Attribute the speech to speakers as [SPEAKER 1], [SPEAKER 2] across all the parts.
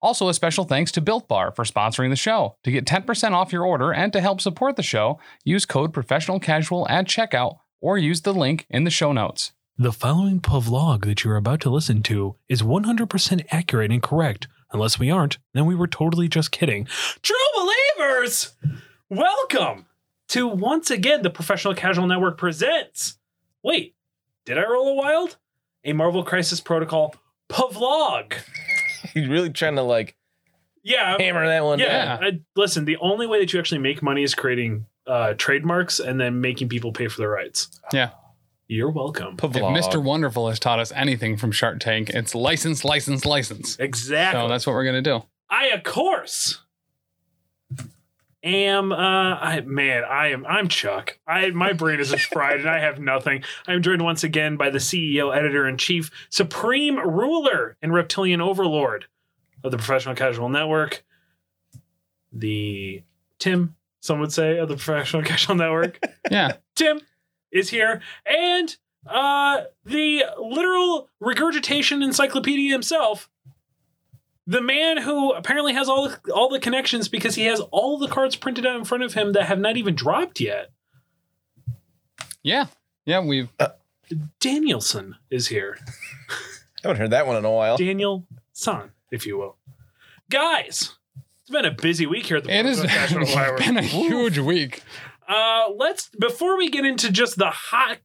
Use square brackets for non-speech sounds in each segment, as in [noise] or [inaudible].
[SPEAKER 1] Also, a special thanks to Built Bar for sponsoring the show. To get 10% off your order and to help support the show, use code Professional Casual at checkout or use the link in the show notes.
[SPEAKER 2] The following Pavlog that you're about to listen to is 100% accurate and correct. Unless we aren't, then we were totally just kidding. True believers, welcome to once again the Professional Casual Network presents. Wait, did I roll a wild? A Marvel Crisis Protocol Pavlog.
[SPEAKER 3] He's really trying to like
[SPEAKER 2] Yeah,
[SPEAKER 3] hammer that one down.
[SPEAKER 2] yeah. I, listen, the only way that you actually make money is creating uh, trademarks and then making people pay for their rights.
[SPEAKER 1] Yeah.
[SPEAKER 2] You're welcome.
[SPEAKER 3] Pavlov.
[SPEAKER 1] If Mr. Wonderful has taught us anything from Shark Tank, it's license, license, license.
[SPEAKER 2] Exactly.
[SPEAKER 1] So that's what we're going to do.
[SPEAKER 2] I of course am uh I man, I am I'm Chuck. I my brain is just fried and I have nothing. I'm joined once again by the CEO, editor in chief, supreme ruler and reptilian overlord of the Professional Casual Network. The Tim, some would say, of the Professional [laughs] Casual Network.
[SPEAKER 1] Yeah.
[SPEAKER 2] Tim is here, and uh, the literal regurgitation encyclopedia himself, the man who apparently has all the, all the connections because he has all the cards printed out in front of him that have not even dropped yet.
[SPEAKER 1] Yeah. Yeah.
[SPEAKER 2] [laughs]
[SPEAKER 1] We've,
[SPEAKER 2] Danielson is here.
[SPEAKER 3] haven't heard that one in a while.
[SPEAKER 2] Daniel Son, if you will. Guys, it's been a busy week here at the
[SPEAKER 1] it [laughs] has
[SPEAKER 2] National Wire.
[SPEAKER 1] been a huge week.
[SPEAKER 2] Uh, let's before we get into just the hot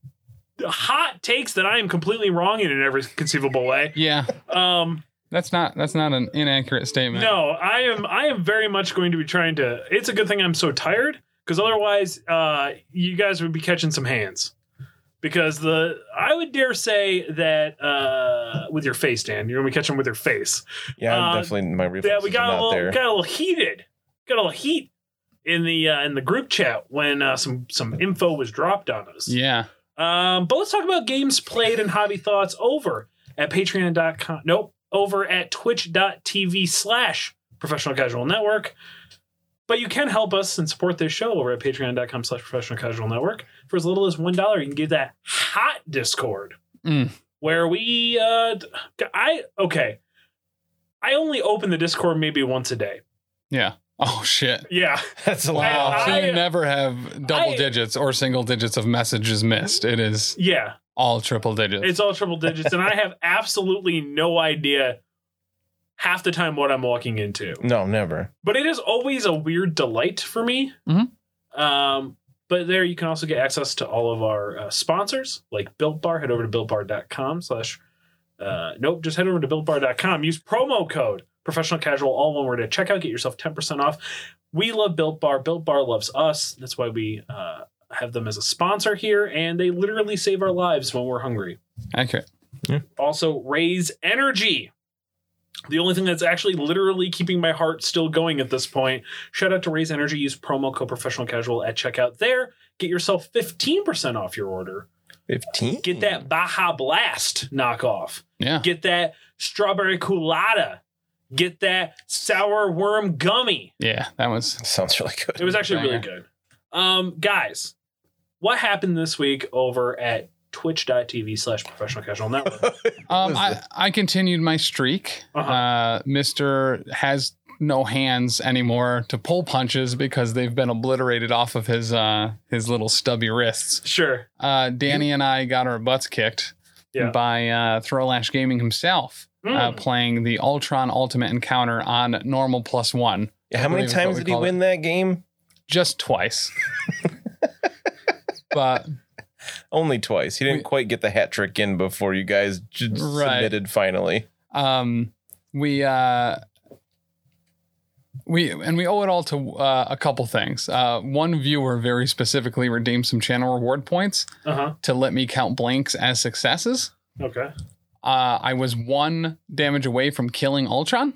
[SPEAKER 2] hot takes that I am completely wrong in in every conceivable way.
[SPEAKER 1] Yeah.
[SPEAKER 2] Um,
[SPEAKER 1] That's not, that's not an inaccurate statement.
[SPEAKER 2] no, I am I am very much going to be trying to. It's a good thing I'm so tired because otherwise, uh, you guys would be catching some hands. Because the I would dare say that uh, with your face, Dan, you're gonna be catching with your face.
[SPEAKER 3] Yeah, I'm
[SPEAKER 2] Uh,
[SPEAKER 3] definitely my
[SPEAKER 2] Yeah,
[SPEAKER 3] reflexes
[SPEAKER 2] we
[SPEAKER 3] are
[SPEAKER 2] got a
[SPEAKER 3] not
[SPEAKER 2] little
[SPEAKER 3] there.
[SPEAKER 2] got a little heated, got a little heat in the uh, in the group chat when uh, some some info was dropped on us.
[SPEAKER 1] Yeah.
[SPEAKER 2] Um, but let's talk about games played and hobby thoughts over at patreon.com. Nope, over at twitch.tv slash professional casual network. But you can help us and support this show over at patreon.com slash professional casual network. For as little as $1, you can get that hot Discord
[SPEAKER 1] Mm.
[SPEAKER 2] where we, uh, d- I, okay. I only open the Discord maybe once a day.
[SPEAKER 1] Yeah. Oh, shit.
[SPEAKER 2] Yeah.
[SPEAKER 3] [laughs] That's a lot.
[SPEAKER 1] Wow. so
[SPEAKER 2] I-
[SPEAKER 1] you never have double
[SPEAKER 2] I-
[SPEAKER 1] digits or single digits of messages missed. It is
[SPEAKER 2] Yeah.
[SPEAKER 1] all triple digits.
[SPEAKER 2] It's all triple digits. and I have absolutely no idea half the time what I'm walking into.
[SPEAKER 3] No, never.
[SPEAKER 2] but it is always a weird delight for me.
[SPEAKER 1] Mhm.
[SPEAKER 2] Um, but there you can also get access to all of our uh, sponsors like Built Bar. Head over to builtbar.com slash, uh, nope, just head over to builtbar.com. Use promo code professional casual, all one word at checkout. Get yourself 10% off. We love Built Bar. Built Bar loves us. That's why we uh, have them as a sponsor here. And they literally save our lives when we're hungry
[SPEAKER 1] accurate.
[SPEAKER 2] also raise energy. The only thing that's actually literally keeping my heart still going at this point. Shout out to Raise Energy. Use promo code professional casual at checkout there. Get yourself 15% off your order.
[SPEAKER 3] 15.
[SPEAKER 2] Get that Baja Blast knockoff.
[SPEAKER 1] Yeah.
[SPEAKER 2] Get that strawberry culotta. Get that sour worm gummy.
[SPEAKER 1] Yeah. That was
[SPEAKER 3] Sounds really good.
[SPEAKER 2] It was actually really good. Um, guys, what happened this week over at twitch.tv slash professional casual network?
[SPEAKER 1] Um,
[SPEAKER 3] was
[SPEAKER 1] I,
[SPEAKER 3] it?
[SPEAKER 1] I continued my streak. uh
[SPEAKER 2] Uh-huh.
[SPEAKER 1] Mister has no hands anymore to pull punches because they've been obliterated off of his uh, his little stubby wrists.
[SPEAKER 2] sure.
[SPEAKER 1] Uh, Danny and I got our butts kicked
[SPEAKER 2] Yeah.
[SPEAKER 1] by uh, Throwlash Gaming himself uh,
[SPEAKER 2] Mm.
[SPEAKER 1] playing the Ultron Ultimate Encounter on normal plus one
[SPEAKER 3] How many
[SPEAKER 1] believe is what
[SPEAKER 3] times
[SPEAKER 1] we
[SPEAKER 3] did he
[SPEAKER 1] call it.
[SPEAKER 3] win that game?
[SPEAKER 1] just
[SPEAKER 3] [laughs]
[SPEAKER 1] twice. but
[SPEAKER 3] Only twice. He didn't
[SPEAKER 1] We-
[SPEAKER 3] quite get the hat trick in before you guys j-
[SPEAKER 1] Right.
[SPEAKER 3] submitted finally.
[SPEAKER 1] um we uh we and we owe it all to uh, a couple things uh one viewer very specifically redeemed some channel reward points
[SPEAKER 2] uh-huh.
[SPEAKER 1] to let me count blanks as successes
[SPEAKER 2] Okay.
[SPEAKER 1] uh i was one damage away from killing ultron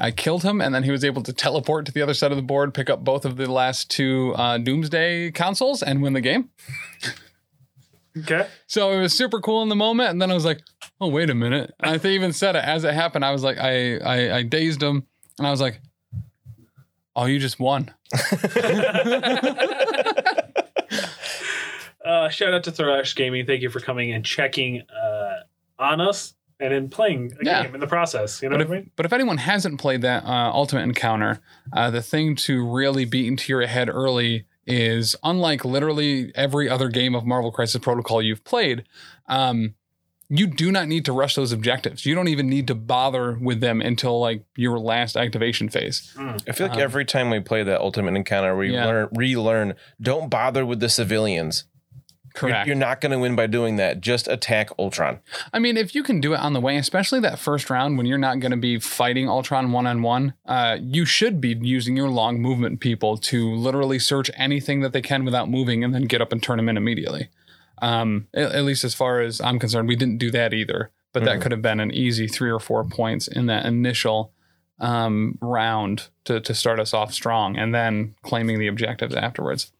[SPEAKER 1] I killed him, and then he was able to teleport to the other side of the board, pick up both of the last two uh, Doomsday consoles, and win the game.
[SPEAKER 2] Okay.
[SPEAKER 1] So it was super cool in the moment, and then I was like, "Oh, wait a minute!" I th- even said it as it happened. I was like, "I, I, I dazed him," and I was like, "Oh, you just won."
[SPEAKER 2] Uh, shout out to Thrash Gaming. Thank you for coming and checking uh, on us and in playing a
[SPEAKER 1] Yeah.
[SPEAKER 2] game in the process. You know
[SPEAKER 1] But
[SPEAKER 2] what I
[SPEAKER 1] if,
[SPEAKER 2] mean?
[SPEAKER 1] but if anyone hasn't played that uh, Ultimate Encounter, uh, the thing to really beat into your head early is unlike literally every other game of Marvel Crisis Protocol you've played, um, you do not need to rush those objectives. You don't even need to bother with them until like your last activation phase.
[SPEAKER 3] I feel like
[SPEAKER 1] Um,
[SPEAKER 3] every time we play that Ultimate Encounter, we
[SPEAKER 1] Yeah.
[SPEAKER 3] learn, relearn. Don't bother with the civilians. You're-
[SPEAKER 1] Correct.
[SPEAKER 3] You're, not going to win by doing that. Just attack Ultron.
[SPEAKER 1] I mean, if you can do it on the way, especially that first round when you're not going to be fighting Ultron one on one, you should be using your long movement people to literally search anything that they can without moving and then get up and turn them in immediately. Um, a- at, least as far as I'm concerned, we didn't do that either, but that
[SPEAKER 3] Mhm.
[SPEAKER 1] could have been an easy three or four points in that initial um, round to, to start us off strong and then claiming the objectives afterwards.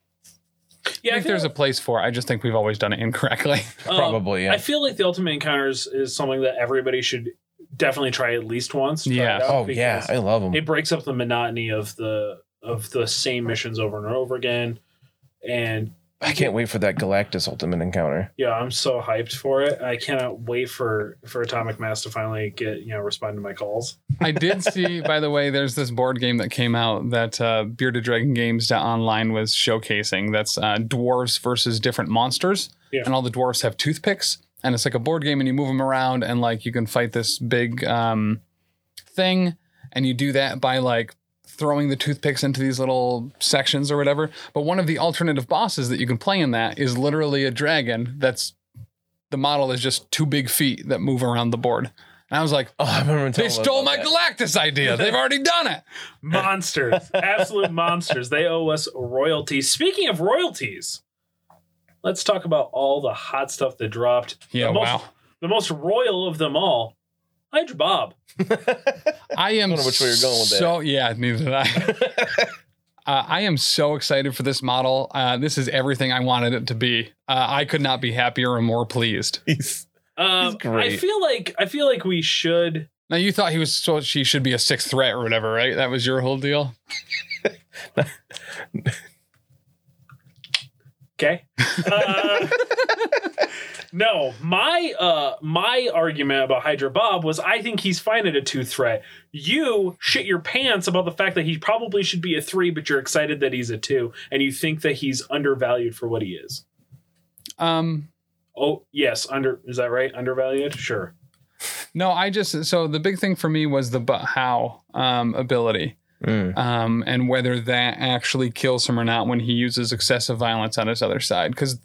[SPEAKER 2] Yeah,
[SPEAKER 1] I think there's a place for it. I just think we've always done it incorrectly.
[SPEAKER 3] Probably, yeah.
[SPEAKER 2] Oh, I feel like the Ultimate Encounters is something that everybody should definitely try at least once. try it
[SPEAKER 1] Yeah.
[SPEAKER 2] out,
[SPEAKER 3] oh, yeah.
[SPEAKER 2] because
[SPEAKER 3] I love them.
[SPEAKER 2] It breaks up the monotony of the of the same missions over and over again. And
[SPEAKER 3] I can't wait for that Galactus Ultimate Encounter.
[SPEAKER 2] yeah, I'm so hyped for it. I cannot wait for for Atomic Mass to finally get, you know, respond to my calls.
[SPEAKER 1] I did see, by the way, there's this board game that came out that uh, Bearded Dragon Games online was showcasing. That's uh, dwarves versus different monsters,
[SPEAKER 2] Yeah.
[SPEAKER 1] and all the dwarves have toothpicks, and it's like a board game, and you move them around, and like you can fight this big um, thing, and you do that by like throwing the toothpicks into these little sections or whatever. But one of the alternative bosses that you can play in that is literally a dragon that's the model is just two big feet that move around the board. And I was like,
[SPEAKER 3] Oh, I remember
[SPEAKER 1] they
[SPEAKER 3] telling Liz
[SPEAKER 1] stole my
[SPEAKER 3] about that.
[SPEAKER 1] Galactus
[SPEAKER 3] [laughs]
[SPEAKER 1] idea. They've already done it.
[SPEAKER 2] Monsters. absolute monsters. They owe us royalties. Speaking of royalties, let's talk about all the hot stuff that dropped.
[SPEAKER 1] Yeah,
[SPEAKER 2] the most,
[SPEAKER 1] wow.
[SPEAKER 2] The most royal of them all, Hydra Bob.
[SPEAKER 1] I am
[SPEAKER 3] don't know which way you're going with that.
[SPEAKER 1] so yeah, neither
[SPEAKER 3] [laughs]
[SPEAKER 1] did I. Uh, I am so excited for this model. Uh, this is everything I wanted it to be. Uh, I could not be happier or more pleased.
[SPEAKER 3] He's- He's
[SPEAKER 2] Um,
[SPEAKER 3] great.
[SPEAKER 2] I feel like I feel like we should.
[SPEAKER 1] Now you thought he was so she should be a sixth threat or whatever, right? That was your whole deal.
[SPEAKER 2] Okay. Uh, [laughs] no, my uh my argument about Hydra Bob was I think he's fine at a two threat. You shit your pants about the fact that he probably should be a three, but you're excited that he's a two, and you think that he's undervalued for what he is.
[SPEAKER 1] Um,
[SPEAKER 2] Oh yes, under is that right? Undervalued? Sure.
[SPEAKER 1] no, I just so the big thing for me was the but how um, ability.
[SPEAKER 3] Mm.
[SPEAKER 1] um, and whether that actually kills him or not when he uses excessive violence on his other side. Because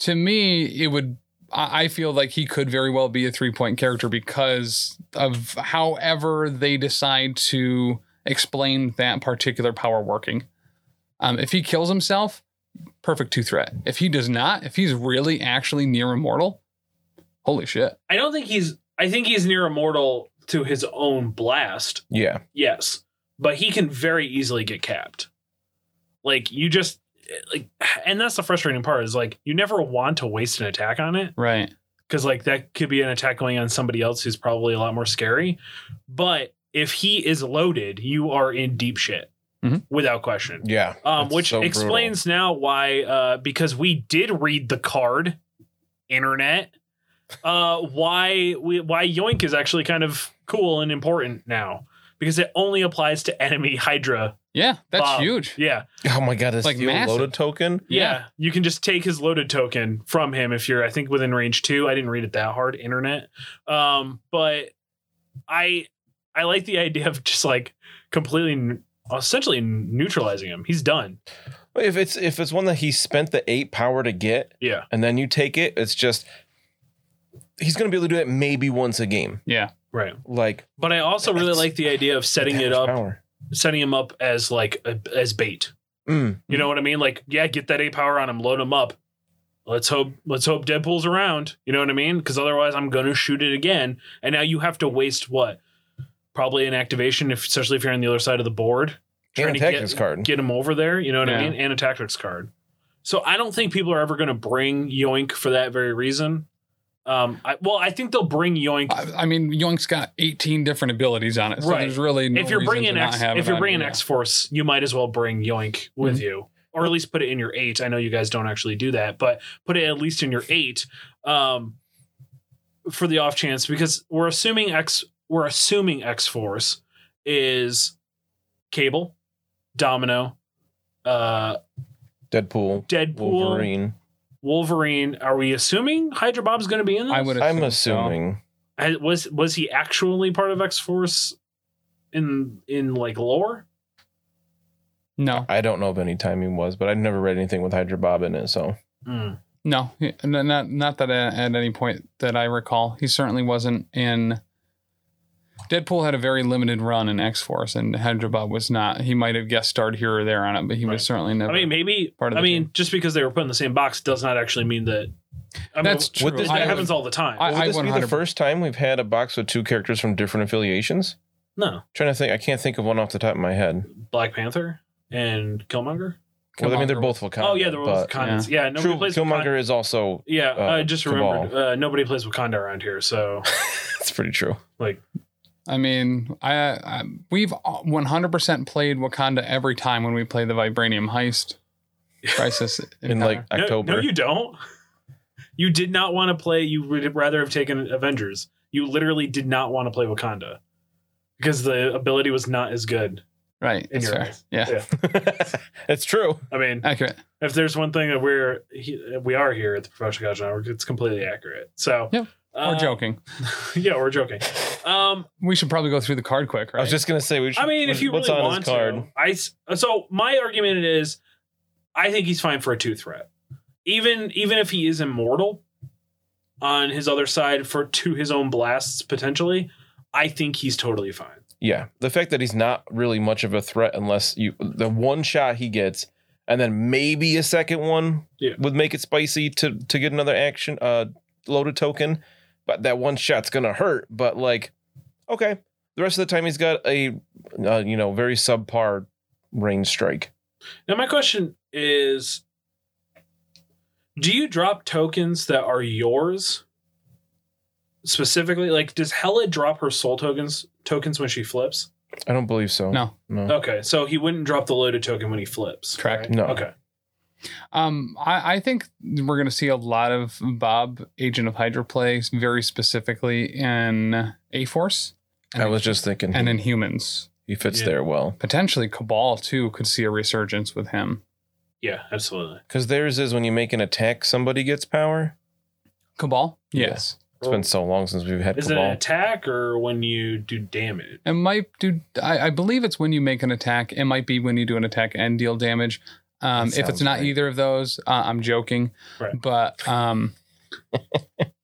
[SPEAKER 1] to me, it would. I I feel like he could very well be a three point character because of however they decide to explain that particular power working. Um, if he kills himself, perfect two threat. If he does not, if he's really actually near immortal, holy shit.
[SPEAKER 2] I don't think he's I think he's near immortal to his own blast.
[SPEAKER 3] Yeah.
[SPEAKER 2] Yes, but he can very easily get capped. Like you just like, and that's the frustrating part is like you never want to waste an attack on it
[SPEAKER 1] Right.
[SPEAKER 2] because like that could be an attack going on somebody else who's probably a lot more scary. But if he is loaded, you are in deep shit
[SPEAKER 1] Mhm.
[SPEAKER 2] without question.
[SPEAKER 3] Yeah.
[SPEAKER 2] Um,
[SPEAKER 3] That's
[SPEAKER 2] which
[SPEAKER 3] so brutal.
[SPEAKER 2] explains now why, uh, because we did read the card, internet, uh, why we, why Yoink is actually kind of cool and important now because it only applies to enemy Hydra.
[SPEAKER 1] Yeah, that's
[SPEAKER 2] Bob.
[SPEAKER 1] huge.
[SPEAKER 2] Yeah,
[SPEAKER 3] Oh my god, this
[SPEAKER 1] Like
[SPEAKER 3] like
[SPEAKER 1] massive.
[SPEAKER 3] loaded token.
[SPEAKER 2] yeah, You can just take his loaded token from him if you're, I think, within range two. I didn't read it that hard, internet. Um, but I, I like the idea of just like completely, n- essentially neutralizing him. He's done.
[SPEAKER 3] If it's if it's one that he spent the eight power to get,
[SPEAKER 2] Yeah.
[SPEAKER 3] and then you take it, it's just he's gonna be able to do that maybe once a game.
[SPEAKER 1] Yeah.
[SPEAKER 2] Right.
[SPEAKER 3] Like
[SPEAKER 2] But I also really
[SPEAKER 3] That's-
[SPEAKER 2] like the idea of setting
[SPEAKER 3] that
[SPEAKER 2] it
[SPEAKER 3] much
[SPEAKER 2] up,
[SPEAKER 3] Power.
[SPEAKER 2] setting him up as like a, as bait.
[SPEAKER 3] Mm.
[SPEAKER 2] You know what I mean? Like, yeah, get that eight power on him, load him up. Let's hope let's hope Deadpool's around. You know what I mean? Because otherwise, I'm gonna shoot it again, and now you have to waste what probably an activation, if especially if you're on the other side of the board.
[SPEAKER 3] And a
[SPEAKER 2] to
[SPEAKER 3] tactics
[SPEAKER 2] get,
[SPEAKER 3] card.
[SPEAKER 2] get him over there. You know what I
[SPEAKER 1] Yeah.
[SPEAKER 2] mean? And a tactics card. So I don't think people are ever going to bring Yoink for that very reason. Um, I, well, I think they'll bring Yoink
[SPEAKER 1] I, I mean, Yoink's got 18 different abilities on it, so
[SPEAKER 2] Right.
[SPEAKER 1] there's really no
[SPEAKER 2] if you're
[SPEAKER 1] reason
[SPEAKER 2] bringing
[SPEAKER 1] to not
[SPEAKER 2] X.
[SPEAKER 1] have it
[SPEAKER 2] If you're
[SPEAKER 1] on Mm-hmm.
[SPEAKER 2] bringing
[SPEAKER 1] your-
[SPEAKER 2] X Force, you might as well bring Yoink with you, or at least put it in your eight. I know you guys don't actually do that, but put it at least in your eight um, for the off chance because we're assuming X. We're assuming X Force is Cable, Domino, uh,
[SPEAKER 3] Deadpool,
[SPEAKER 2] Deadpool, Wolverine.
[SPEAKER 3] Wolverine.
[SPEAKER 2] Are we assuming Hydra Bob's going to be in this?
[SPEAKER 1] I would.
[SPEAKER 3] I'm
[SPEAKER 1] assume so.
[SPEAKER 3] assuming.
[SPEAKER 2] I- was was he actually part of X Force in in like lore?
[SPEAKER 1] No,
[SPEAKER 3] I don't know of any time he was, but I've never read anything with Hydra Bob in it. So
[SPEAKER 2] Hmm.
[SPEAKER 1] no, he- n- not not that uh, at at any point that I recall. He certainly wasn't in. Deadpool had a very limited run in X Force, and Hydrabob was not. He might have guest starred here or there on it, but he
[SPEAKER 2] Right.
[SPEAKER 1] was certainly never.
[SPEAKER 2] I mean, maybe.
[SPEAKER 1] part of the
[SPEAKER 2] I mean, just because they were put in the same box does not actually mean that. I mean,
[SPEAKER 1] that's
[SPEAKER 3] would
[SPEAKER 1] true.
[SPEAKER 3] this-
[SPEAKER 2] that
[SPEAKER 1] I
[SPEAKER 2] happens
[SPEAKER 1] would-
[SPEAKER 2] all the time.
[SPEAKER 1] I-
[SPEAKER 3] would
[SPEAKER 1] I
[SPEAKER 3] this be the
[SPEAKER 1] 100%
[SPEAKER 3] first time we've had a box with two characters from different affiliations?
[SPEAKER 2] no,
[SPEAKER 3] trying to think. I can't think of one off the top of my head.
[SPEAKER 2] Black Panther and Killmonger.
[SPEAKER 3] Well, I mean, they're
[SPEAKER 1] Killmonger
[SPEAKER 3] both Wakanda.
[SPEAKER 2] oh yeah, there was
[SPEAKER 3] but-
[SPEAKER 2] Wakandans. Yeah, nobody
[SPEAKER 3] True,
[SPEAKER 2] plays
[SPEAKER 3] Killmonger
[SPEAKER 2] Wakanda.
[SPEAKER 3] is also. [laughs]
[SPEAKER 2] Yeah,
[SPEAKER 3] uh,
[SPEAKER 2] I just remembered uh, nobody plays Wakanda around here. So
[SPEAKER 3] That's pretty true.
[SPEAKER 1] I mean, I, I we've 100% played Wakanda every time when we play the Vibranium heist crisis
[SPEAKER 3] In like
[SPEAKER 2] No-
[SPEAKER 3] October.
[SPEAKER 2] No, you don't. You did not want to play. You would rather have taken Avengers. You literally did not want to play Wakanda because the ability was not as good.
[SPEAKER 1] right.
[SPEAKER 2] in
[SPEAKER 1] It's
[SPEAKER 2] your
[SPEAKER 1] fair.
[SPEAKER 2] eyes.
[SPEAKER 1] Yeah.
[SPEAKER 2] Yeah.
[SPEAKER 3] [laughs] it's true.
[SPEAKER 2] I mean,
[SPEAKER 1] Accurate.
[SPEAKER 2] if there's one thing that we're he, we are here at the professional college network, it's completely accurate. So
[SPEAKER 1] Yep.
[SPEAKER 2] uh,
[SPEAKER 1] We're joking.
[SPEAKER 2] [laughs] Yeah, we're joking. Um,
[SPEAKER 1] We should probably go through the card quick, right?
[SPEAKER 3] I was just gonna say. We should,
[SPEAKER 2] I mean, if you
[SPEAKER 3] what's
[SPEAKER 2] really
[SPEAKER 3] on
[SPEAKER 2] want
[SPEAKER 3] his card?
[SPEAKER 2] to, I s- so my argument is, I think he's fine for a two threat, even even if he is immortal on his other side for to his own blasts potentially. I think he's totally fine.
[SPEAKER 3] Yeah, the fact that he's not really much of a threat unless you the one shot he gets, and then maybe a second one
[SPEAKER 2] Yeah.
[SPEAKER 3] would make it spicy to to get another action uh loaded token, but that one shot's gonna hurt. But like, okay, the rest of the time he's got a uh, you know very subpar range strike.
[SPEAKER 2] Now my question is, do you drop tokens that are yours? Specifically, like does Hella drop her soul tokens tokens when she flips?
[SPEAKER 3] I don't believe so.
[SPEAKER 1] No.
[SPEAKER 3] no.
[SPEAKER 2] Okay, so he wouldn't drop the loaded token when he flips.
[SPEAKER 1] Correct.
[SPEAKER 2] right?
[SPEAKER 3] Mm-hmm. No.
[SPEAKER 2] Okay.
[SPEAKER 1] Um, I, I think we're going to see a lot of Bob, Agent of Hydra, play very specifically in A Force
[SPEAKER 3] I was just thinking
[SPEAKER 1] and in Humans.
[SPEAKER 3] he fits
[SPEAKER 2] Yeah.
[SPEAKER 3] there well
[SPEAKER 1] Potentially Cabal, too, could see a resurgence with him.
[SPEAKER 2] Yeah, absolutely.
[SPEAKER 3] because theirs is when you make an attack, somebody gets power.
[SPEAKER 1] Cabal?
[SPEAKER 3] Yeah.
[SPEAKER 1] Yes.
[SPEAKER 3] It's been so long since we've had
[SPEAKER 2] Is it
[SPEAKER 3] Cabal.
[SPEAKER 2] an attack or when you do damage?
[SPEAKER 1] It might do. I, I believe it's when you make an attack. It might be when you do an attack and deal damage. Um,
[SPEAKER 3] That
[SPEAKER 1] if it's
[SPEAKER 3] sounds
[SPEAKER 1] not
[SPEAKER 3] right.
[SPEAKER 1] either of those, uh, I'm joking.
[SPEAKER 2] Right.
[SPEAKER 1] But
[SPEAKER 3] [laughs]
[SPEAKER 1] um,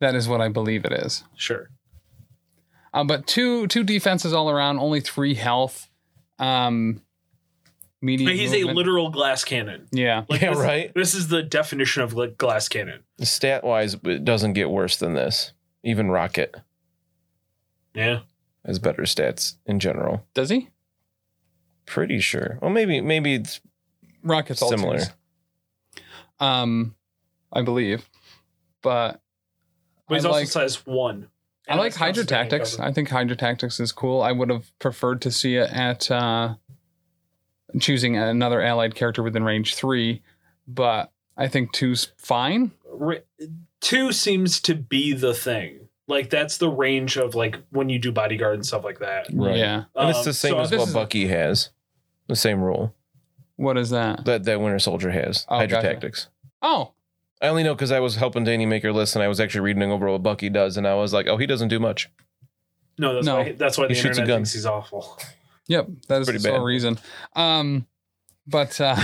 [SPEAKER 1] that is what I believe it is.
[SPEAKER 2] Sure.
[SPEAKER 1] Um, but two two defenses all around, only three health. Um, medium.
[SPEAKER 2] he's a
[SPEAKER 1] movement.
[SPEAKER 2] literal glass cannon.
[SPEAKER 1] Yeah.
[SPEAKER 2] Like,
[SPEAKER 3] yeah,
[SPEAKER 2] this,
[SPEAKER 3] right.
[SPEAKER 2] This is the definition of like glass cannon.
[SPEAKER 3] stat wise, it doesn't get worse than this. Even Rocket
[SPEAKER 2] Yeah.
[SPEAKER 3] has better stats in general.
[SPEAKER 1] Does he?
[SPEAKER 3] Pretty sure. Well, maybe maybe it's
[SPEAKER 1] Rocket's all
[SPEAKER 3] Similar.
[SPEAKER 1] twos. Um, I believe, but
[SPEAKER 2] But he's
[SPEAKER 1] I
[SPEAKER 2] also
[SPEAKER 1] like-
[SPEAKER 2] size one.
[SPEAKER 1] I
[SPEAKER 2] And
[SPEAKER 1] like
[SPEAKER 2] that's not
[SPEAKER 1] Hydra
[SPEAKER 2] standing
[SPEAKER 1] Tactics.
[SPEAKER 2] cover.
[SPEAKER 1] I think Hydra Tactics is cool. I would have preferred to see it at uh, choosing another allied character within range three, but I think two's fine.
[SPEAKER 2] Re- Two seems to be the thing. Like that's the range of like when you do bodyguard and stuff like that.
[SPEAKER 3] Right.
[SPEAKER 1] Yeah.
[SPEAKER 2] Um,
[SPEAKER 3] and it's the same
[SPEAKER 2] so
[SPEAKER 3] as
[SPEAKER 1] this
[SPEAKER 3] what
[SPEAKER 1] is-
[SPEAKER 3] Bucky has. The same rule
[SPEAKER 1] What is that?
[SPEAKER 3] that that Winter Soldier has.
[SPEAKER 1] Oh,
[SPEAKER 3] Hydra
[SPEAKER 1] gotcha.
[SPEAKER 3] tactics.
[SPEAKER 1] Oh,
[SPEAKER 3] I only know because I was helping Danny make her list, and I was actually reading over what Bucky does, and I was like, "Oh, he doesn't do much."
[SPEAKER 2] no, that's
[SPEAKER 1] No.
[SPEAKER 2] why that's why
[SPEAKER 3] He
[SPEAKER 2] the
[SPEAKER 3] shoots a
[SPEAKER 2] internet
[SPEAKER 3] gun.
[SPEAKER 2] thinks he's
[SPEAKER 3] [laughs]
[SPEAKER 2] awful.
[SPEAKER 1] yep. That is
[SPEAKER 3] Pretty
[SPEAKER 1] the sole
[SPEAKER 3] bad.
[SPEAKER 1] reason. Um, but
[SPEAKER 2] [laughs]
[SPEAKER 1] uh,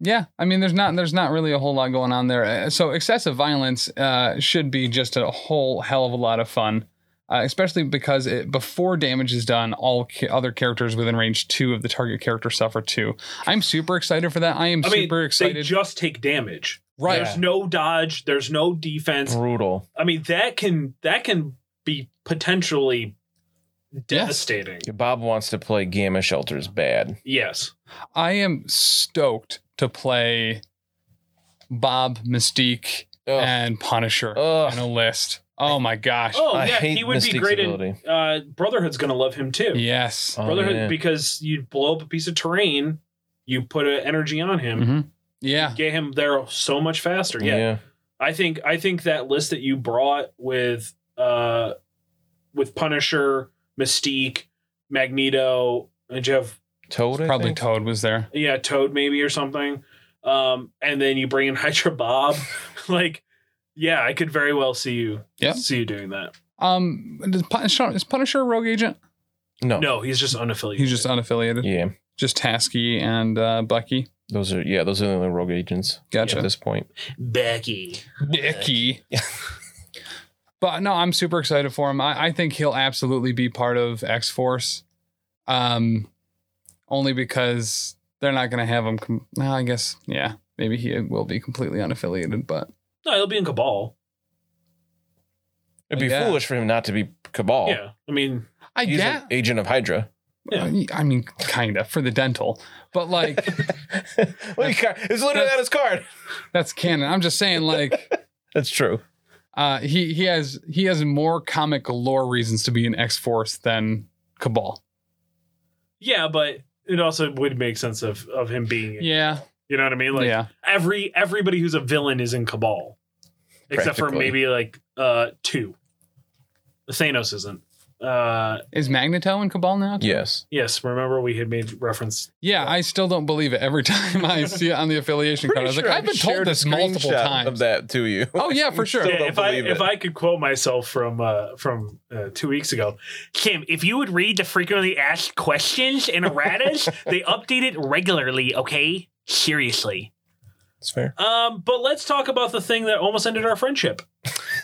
[SPEAKER 1] yeah, I mean, there's not there's not really a whole lot going on there. Uh, So excessive violence uh, should be just a whole hell of a lot of fun. uh, especially because it, before damage is done, all ca- other characters within range two of the target character suffer two. I'm super excited for that. I am
[SPEAKER 2] I mean,
[SPEAKER 1] super
[SPEAKER 2] they
[SPEAKER 1] excited.
[SPEAKER 2] just take damage.
[SPEAKER 1] right.
[SPEAKER 2] There's no dodge. There's no defense.
[SPEAKER 3] Brutal.
[SPEAKER 2] I mean, that can that can be potentially devastating.
[SPEAKER 3] Bob wants to play Gamma Shelters bad.
[SPEAKER 2] Yes.
[SPEAKER 1] I am stoked to play Bob, Mystique,
[SPEAKER 3] Ugh.
[SPEAKER 1] and Punisher
[SPEAKER 3] Ugh.
[SPEAKER 1] on a list. Oh my gosh.
[SPEAKER 2] Oh
[SPEAKER 3] I
[SPEAKER 2] yeah,
[SPEAKER 3] hate
[SPEAKER 2] he would be
[SPEAKER 3] Mystique's
[SPEAKER 2] great.
[SPEAKER 3] ability.
[SPEAKER 2] In, uh, Brotherhood's gonna love him too.
[SPEAKER 1] Yes.
[SPEAKER 3] Oh,
[SPEAKER 2] Brotherhood
[SPEAKER 3] yeah.
[SPEAKER 2] because you blow up a piece of terrain, you put an energy on him,
[SPEAKER 3] Mm-hmm.
[SPEAKER 1] hmm Yeah.
[SPEAKER 2] get him there so much faster. Yeah. I think I think that list that you brought with uh with Punisher, Mystique, Magneto, and you have
[SPEAKER 3] Toad. I
[SPEAKER 1] Probably
[SPEAKER 3] think?
[SPEAKER 1] Toad was there.
[SPEAKER 2] yeah, Toad maybe or something. Um, and then you bring in [laughs] Hydra Bob. like, yeah, I could very well see you
[SPEAKER 1] Yeah.
[SPEAKER 2] see you doing that.
[SPEAKER 1] Um, is Punisher, is Punisher a rogue agent?
[SPEAKER 3] No.
[SPEAKER 2] No, he's just unaffiliated.
[SPEAKER 1] He's just unaffiliated.
[SPEAKER 3] Yeah.
[SPEAKER 1] Just Tasky and uh, Bucky.
[SPEAKER 3] Those are yeah. Those are the only rogue agents at
[SPEAKER 1] Gotcha.
[SPEAKER 3] this point.
[SPEAKER 2] Becky.
[SPEAKER 1] [laughs] Bucky. but no, I'm super excited for him. I, I think he'll absolutely be part of X Force. Um, only because they're not going to have him. Com- no, I guess. Yeah. Maybe he will be completely unaffiliated, but
[SPEAKER 2] No, he'll be in Cabal.
[SPEAKER 3] It'd be
[SPEAKER 1] Yeah.
[SPEAKER 3] foolish for him not to be Cabal.
[SPEAKER 2] Yeah. I mean,
[SPEAKER 1] I
[SPEAKER 3] He's
[SPEAKER 1] guess.
[SPEAKER 3] an agent of
[SPEAKER 1] [laughs]
[SPEAKER 3] Hydra.
[SPEAKER 2] Yeah.
[SPEAKER 1] Uh, I mean, kind of for the dental, but like
[SPEAKER 3] [laughs] Look, he ca- it's literally on his card.
[SPEAKER 1] that's canon. I'm just saying, like
[SPEAKER 3] That's true.
[SPEAKER 1] uh, he he has he has more comic lore reasons to be in X Force than Cabal.
[SPEAKER 2] yeah, but it also would make sense of of him being in-
[SPEAKER 1] Yeah,
[SPEAKER 2] you know what I mean? Like
[SPEAKER 1] yeah,
[SPEAKER 2] every everybody who's a villain is in Cabal. Except for
[SPEAKER 3] Practically.
[SPEAKER 2] maybe like uh two. Thanos isn't. Uh
[SPEAKER 1] is Magneto in Cabal now? too?
[SPEAKER 3] Yes.
[SPEAKER 2] yes, remember we had made reference
[SPEAKER 1] Yeah, I still don't believe it. Every [laughs] time I see it on the affiliation card, I was like, I've been told this multiple
[SPEAKER 3] of
[SPEAKER 1] times.
[SPEAKER 3] that to you.
[SPEAKER 1] Oh yeah, for sure.
[SPEAKER 3] Still
[SPEAKER 2] Yeah,
[SPEAKER 3] don't
[SPEAKER 2] if I
[SPEAKER 3] believe
[SPEAKER 2] if
[SPEAKER 3] it.
[SPEAKER 2] I could quote myself from uh, from uh, two weeks ago, Kim, if you would read the frequently asked questions in
[SPEAKER 3] [laughs]
[SPEAKER 2] erratas, they update it regularly. Okay, seriously.
[SPEAKER 3] That's fair.
[SPEAKER 2] Um, but let's talk about the thing that almost ended our
[SPEAKER 3] [laughs]
[SPEAKER 2] friendship.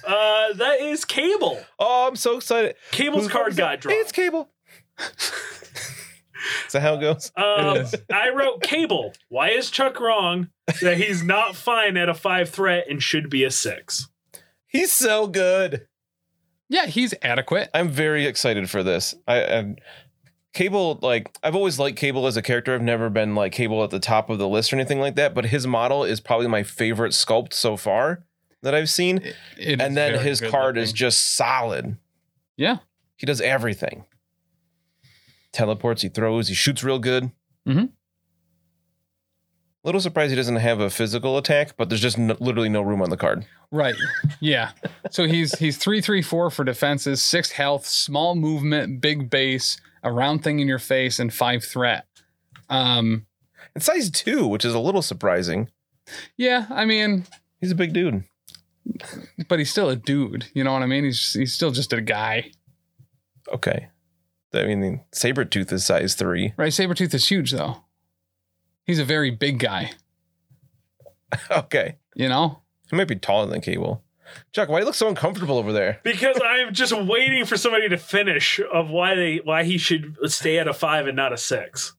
[SPEAKER 2] Uh, that is Cable.
[SPEAKER 3] Oh, I'm so excited.
[SPEAKER 2] Cable's
[SPEAKER 3] Who's
[SPEAKER 2] card
[SPEAKER 3] always
[SPEAKER 2] got
[SPEAKER 3] like,
[SPEAKER 2] drawn.
[SPEAKER 3] It's Cable. [laughs] Is that how it goes?
[SPEAKER 1] It
[SPEAKER 2] Um,
[SPEAKER 1] is.
[SPEAKER 2] [laughs] I wrote Cable. Why is Chuck wrong that he's not fine at a five threat and should be a six?
[SPEAKER 3] He's so good.
[SPEAKER 1] Yeah, he's adequate.
[SPEAKER 3] I'm very excited for this. I i Cable, like I've always liked Cable as a character. I've never been like Cable at the top of the list or anything like that. But his model is probably my favorite sculpt so far that I've seen.
[SPEAKER 1] It- it is
[SPEAKER 3] and then
[SPEAKER 1] very
[SPEAKER 3] his
[SPEAKER 1] good
[SPEAKER 3] card is
[SPEAKER 1] looking.
[SPEAKER 3] just solid.
[SPEAKER 1] Yeah.
[SPEAKER 3] He does everything. Teleports, he throws, he shoots real good.
[SPEAKER 1] Mhm.
[SPEAKER 3] Little surprised he doesn't have a physical attack, but there's just no, literally no room on the card.
[SPEAKER 1] Right. Yeah. So he's he's three three four for defenses, six health, small movement, big base, a round thing in your face, and five threat. Um.
[SPEAKER 3] And size two, which is a little surprising.
[SPEAKER 1] Yeah. I mean,
[SPEAKER 3] He's a big dude.
[SPEAKER 1] but he's still a dude. You know what I mean? He's he's still just a guy,
[SPEAKER 3] Okay. I mean, Sabretooth is size three. [laughs]
[SPEAKER 1] right? Sabretooth is huge though. He's a very big guy.
[SPEAKER 3] okay.
[SPEAKER 1] You know.
[SPEAKER 3] He might be taller than Cable. Chuck, why do you look so uncomfortable over there?
[SPEAKER 2] Because I'm just waiting for somebody to finish of why they why he should stay at a five and not a six.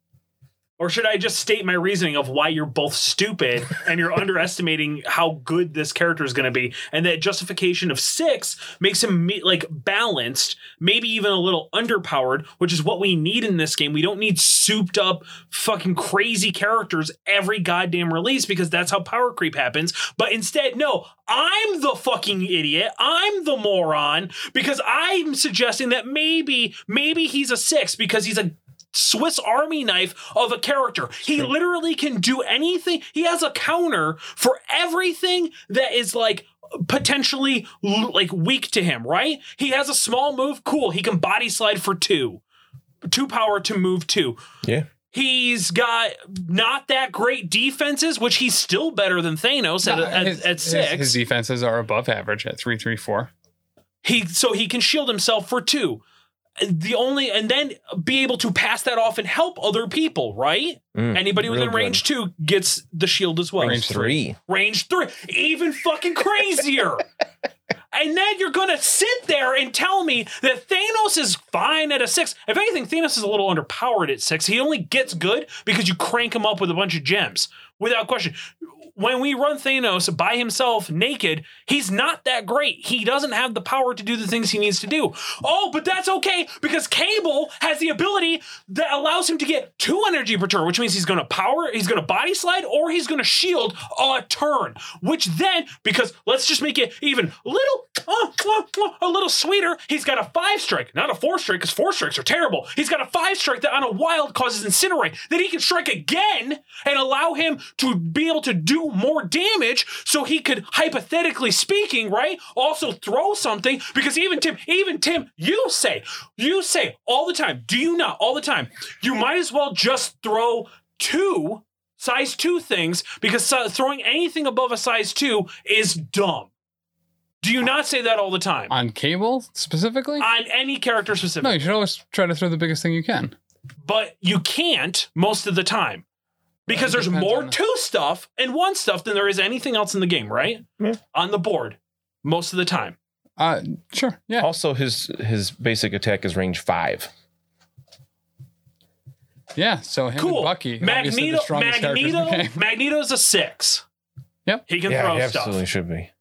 [SPEAKER 2] Or should I just state my reasoning of why you're both stupid and you're underestimating how good this character is going to be, and that justification of six makes him me- like balanced, maybe even a little underpowered, which is what we need in this game. We don't need souped up fucking crazy characters every goddamn release because that's how power creep happens. But instead, no, I'm the fucking idiot. I'm the moron because I'm suggesting that maybe, maybe he's a six because he's a Swiss Army knife of a character. He literally can do anything. He has a counter for everything that is like potentially l- like weak to him, right? He has a small move. Cool. He can body slide for two. Two power to move two.
[SPEAKER 3] Yeah.
[SPEAKER 2] He's got not that great defenses, which he's still better than Thanos at, at,
[SPEAKER 1] Uh, His-
[SPEAKER 2] at
[SPEAKER 1] his-
[SPEAKER 2] six.
[SPEAKER 1] his defenses are above average at three three four.
[SPEAKER 2] He so he can shield himself for two. The only and then be able to pass that off and help other people, right?
[SPEAKER 3] Mm,
[SPEAKER 2] Anybody
[SPEAKER 3] real
[SPEAKER 2] within
[SPEAKER 3] good.
[SPEAKER 2] range two gets the shield as well.
[SPEAKER 1] Range
[SPEAKER 2] Range,
[SPEAKER 3] three.
[SPEAKER 2] three, even fucking crazier. and then you're gonna sit there and tell me that Thanos is fine at a six. If anything, Thanos is a little underpowered at six. He only gets good because you crank him up with a bunch of gems, without question. when we run Thanos by himself naked, he's not that great. He doesn't have the power to do the things he needs to do. Oh, but that's okay because Cable has the ability that allows him to get two energy per turn, which means he's going to power, he's going to body slide, or he's going to shield a turn. Which then, because let's just make it even a little, uh, uh, uh, a little sweeter, he's got a five strike, not a four strike, because four strikes are terrible. He's got a five strike that on a wild causes incinerate. Then he can strike again and allow him to be able to do more damage so he could hypothetically speaking right also throw something because even tim even tim you say you say all the time do you not all the time you might as well just throw two size two things because si- throwing anything above a size two is dumb do you not say that all the time
[SPEAKER 1] On cable specifically?
[SPEAKER 2] on any character
[SPEAKER 1] no,
[SPEAKER 2] specific
[SPEAKER 1] you should always try to throw the biggest thing you can.
[SPEAKER 2] but you can't most of the time because
[SPEAKER 1] Well, it
[SPEAKER 2] there's
[SPEAKER 1] depends
[SPEAKER 2] more
[SPEAKER 1] on the-
[SPEAKER 2] two stuff and one stuff than there is anything else in the game, right?
[SPEAKER 3] Yeah.
[SPEAKER 2] On the board, most of the time.
[SPEAKER 1] Uh, sure. Yeah.
[SPEAKER 3] Also, his his basic attack is range five.
[SPEAKER 1] Yeah. So him
[SPEAKER 2] Cool.
[SPEAKER 1] and Bucky, obviously
[SPEAKER 2] Magneto,
[SPEAKER 1] the strongest characters in the
[SPEAKER 2] Magneto,
[SPEAKER 1] game. [laughs]
[SPEAKER 2] Magneto's a six.
[SPEAKER 1] Yep.
[SPEAKER 2] He can
[SPEAKER 3] Yeah,
[SPEAKER 2] throw
[SPEAKER 3] he
[SPEAKER 2] stuff,
[SPEAKER 3] absolutely should be.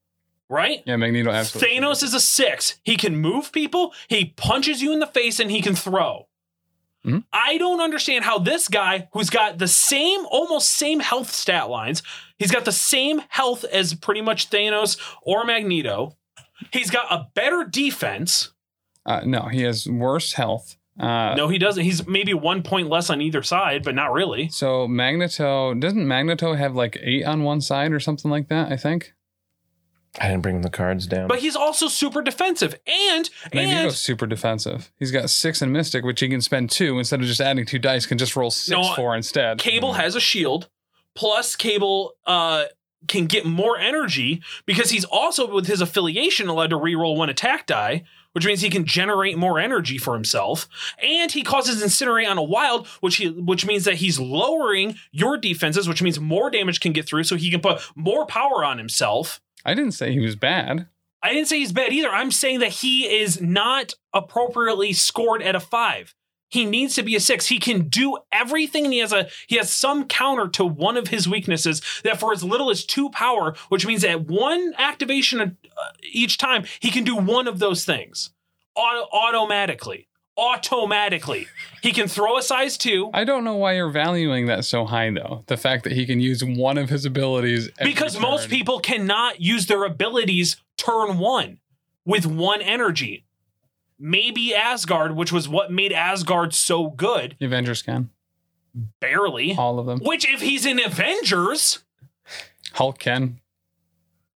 [SPEAKER 2] right?
[SPEAKER 1] Yeah, Magneto. Absolutely.
[SPEAKER 2] Thanos is a six. He can move people. He punches you in the face and he can throw.
[SPEAKER 1] Mhm.
[SPEAKER 2] I don't understand how this guy, who's got the same, almost same health stat lines, he's got the same health as pretty much Thanos or Magneto. He's got a better defense.
[SPEAKER 1] Uh, no, he has worse health. Uh,
[SPEAKER 2] no, he doesn't. He's maybe one point less on either side, but not really.
[SPEAKER 1] So Magneto doesn't Magneto have like eight on one side or something like that? I think
[SPEAKER 3] I didn't bring the cards down.
[SPEAKER 2] But he's also super defensive. And, and
[SPEAKER 1] Magneto's super defensive. He's got six in Mystic, which he can spend two instead of just adding two dice. Can just roll six
[SPEAKER 2] No,
[SPEAKER 1] four instead.
[SPEAKER 2] Cable has a shield. Plus, Cable uh, can get more energy because he's also, with his affiliation, allowed to reroll one attack die, which means he can generate more energy for himself. And he causes incinerate on a wild, which he, which means that he's lowering your defenses, which means more damage can get through, so he can put more power on himself.
[SPEAKER 1] I didn't say he was bad.
[SPEAKER 2] I didn't say he's bad either. I'm saying that he is not appropriately scored at a five. He needs to be a six. He can do everything, and he has a he has some counter to one of his weaknesses that for as little as two power, which means at one activation uh, each time, he can do one of those things Auto- automatically. Automatically, he can throw a size two.
[SPEAKER 1] I don't know why you're valuing that so high though. The fact that he can use one of his abilities every
[SPEAKER 2] because most
[SPEAKER 1] turn.
[SPEAKER 2] people cannot use their abilities turn one with one energy. Maybe Asgard, which was what made Asgard so good,
[SPEAKER 1] The Avengers can
[SPEAKER 2] barely.
[SPEAKER 1] all of them.
[SPEAKER 2] Which, if he's in Avengers,
[SPEAKER 1] Hulk can.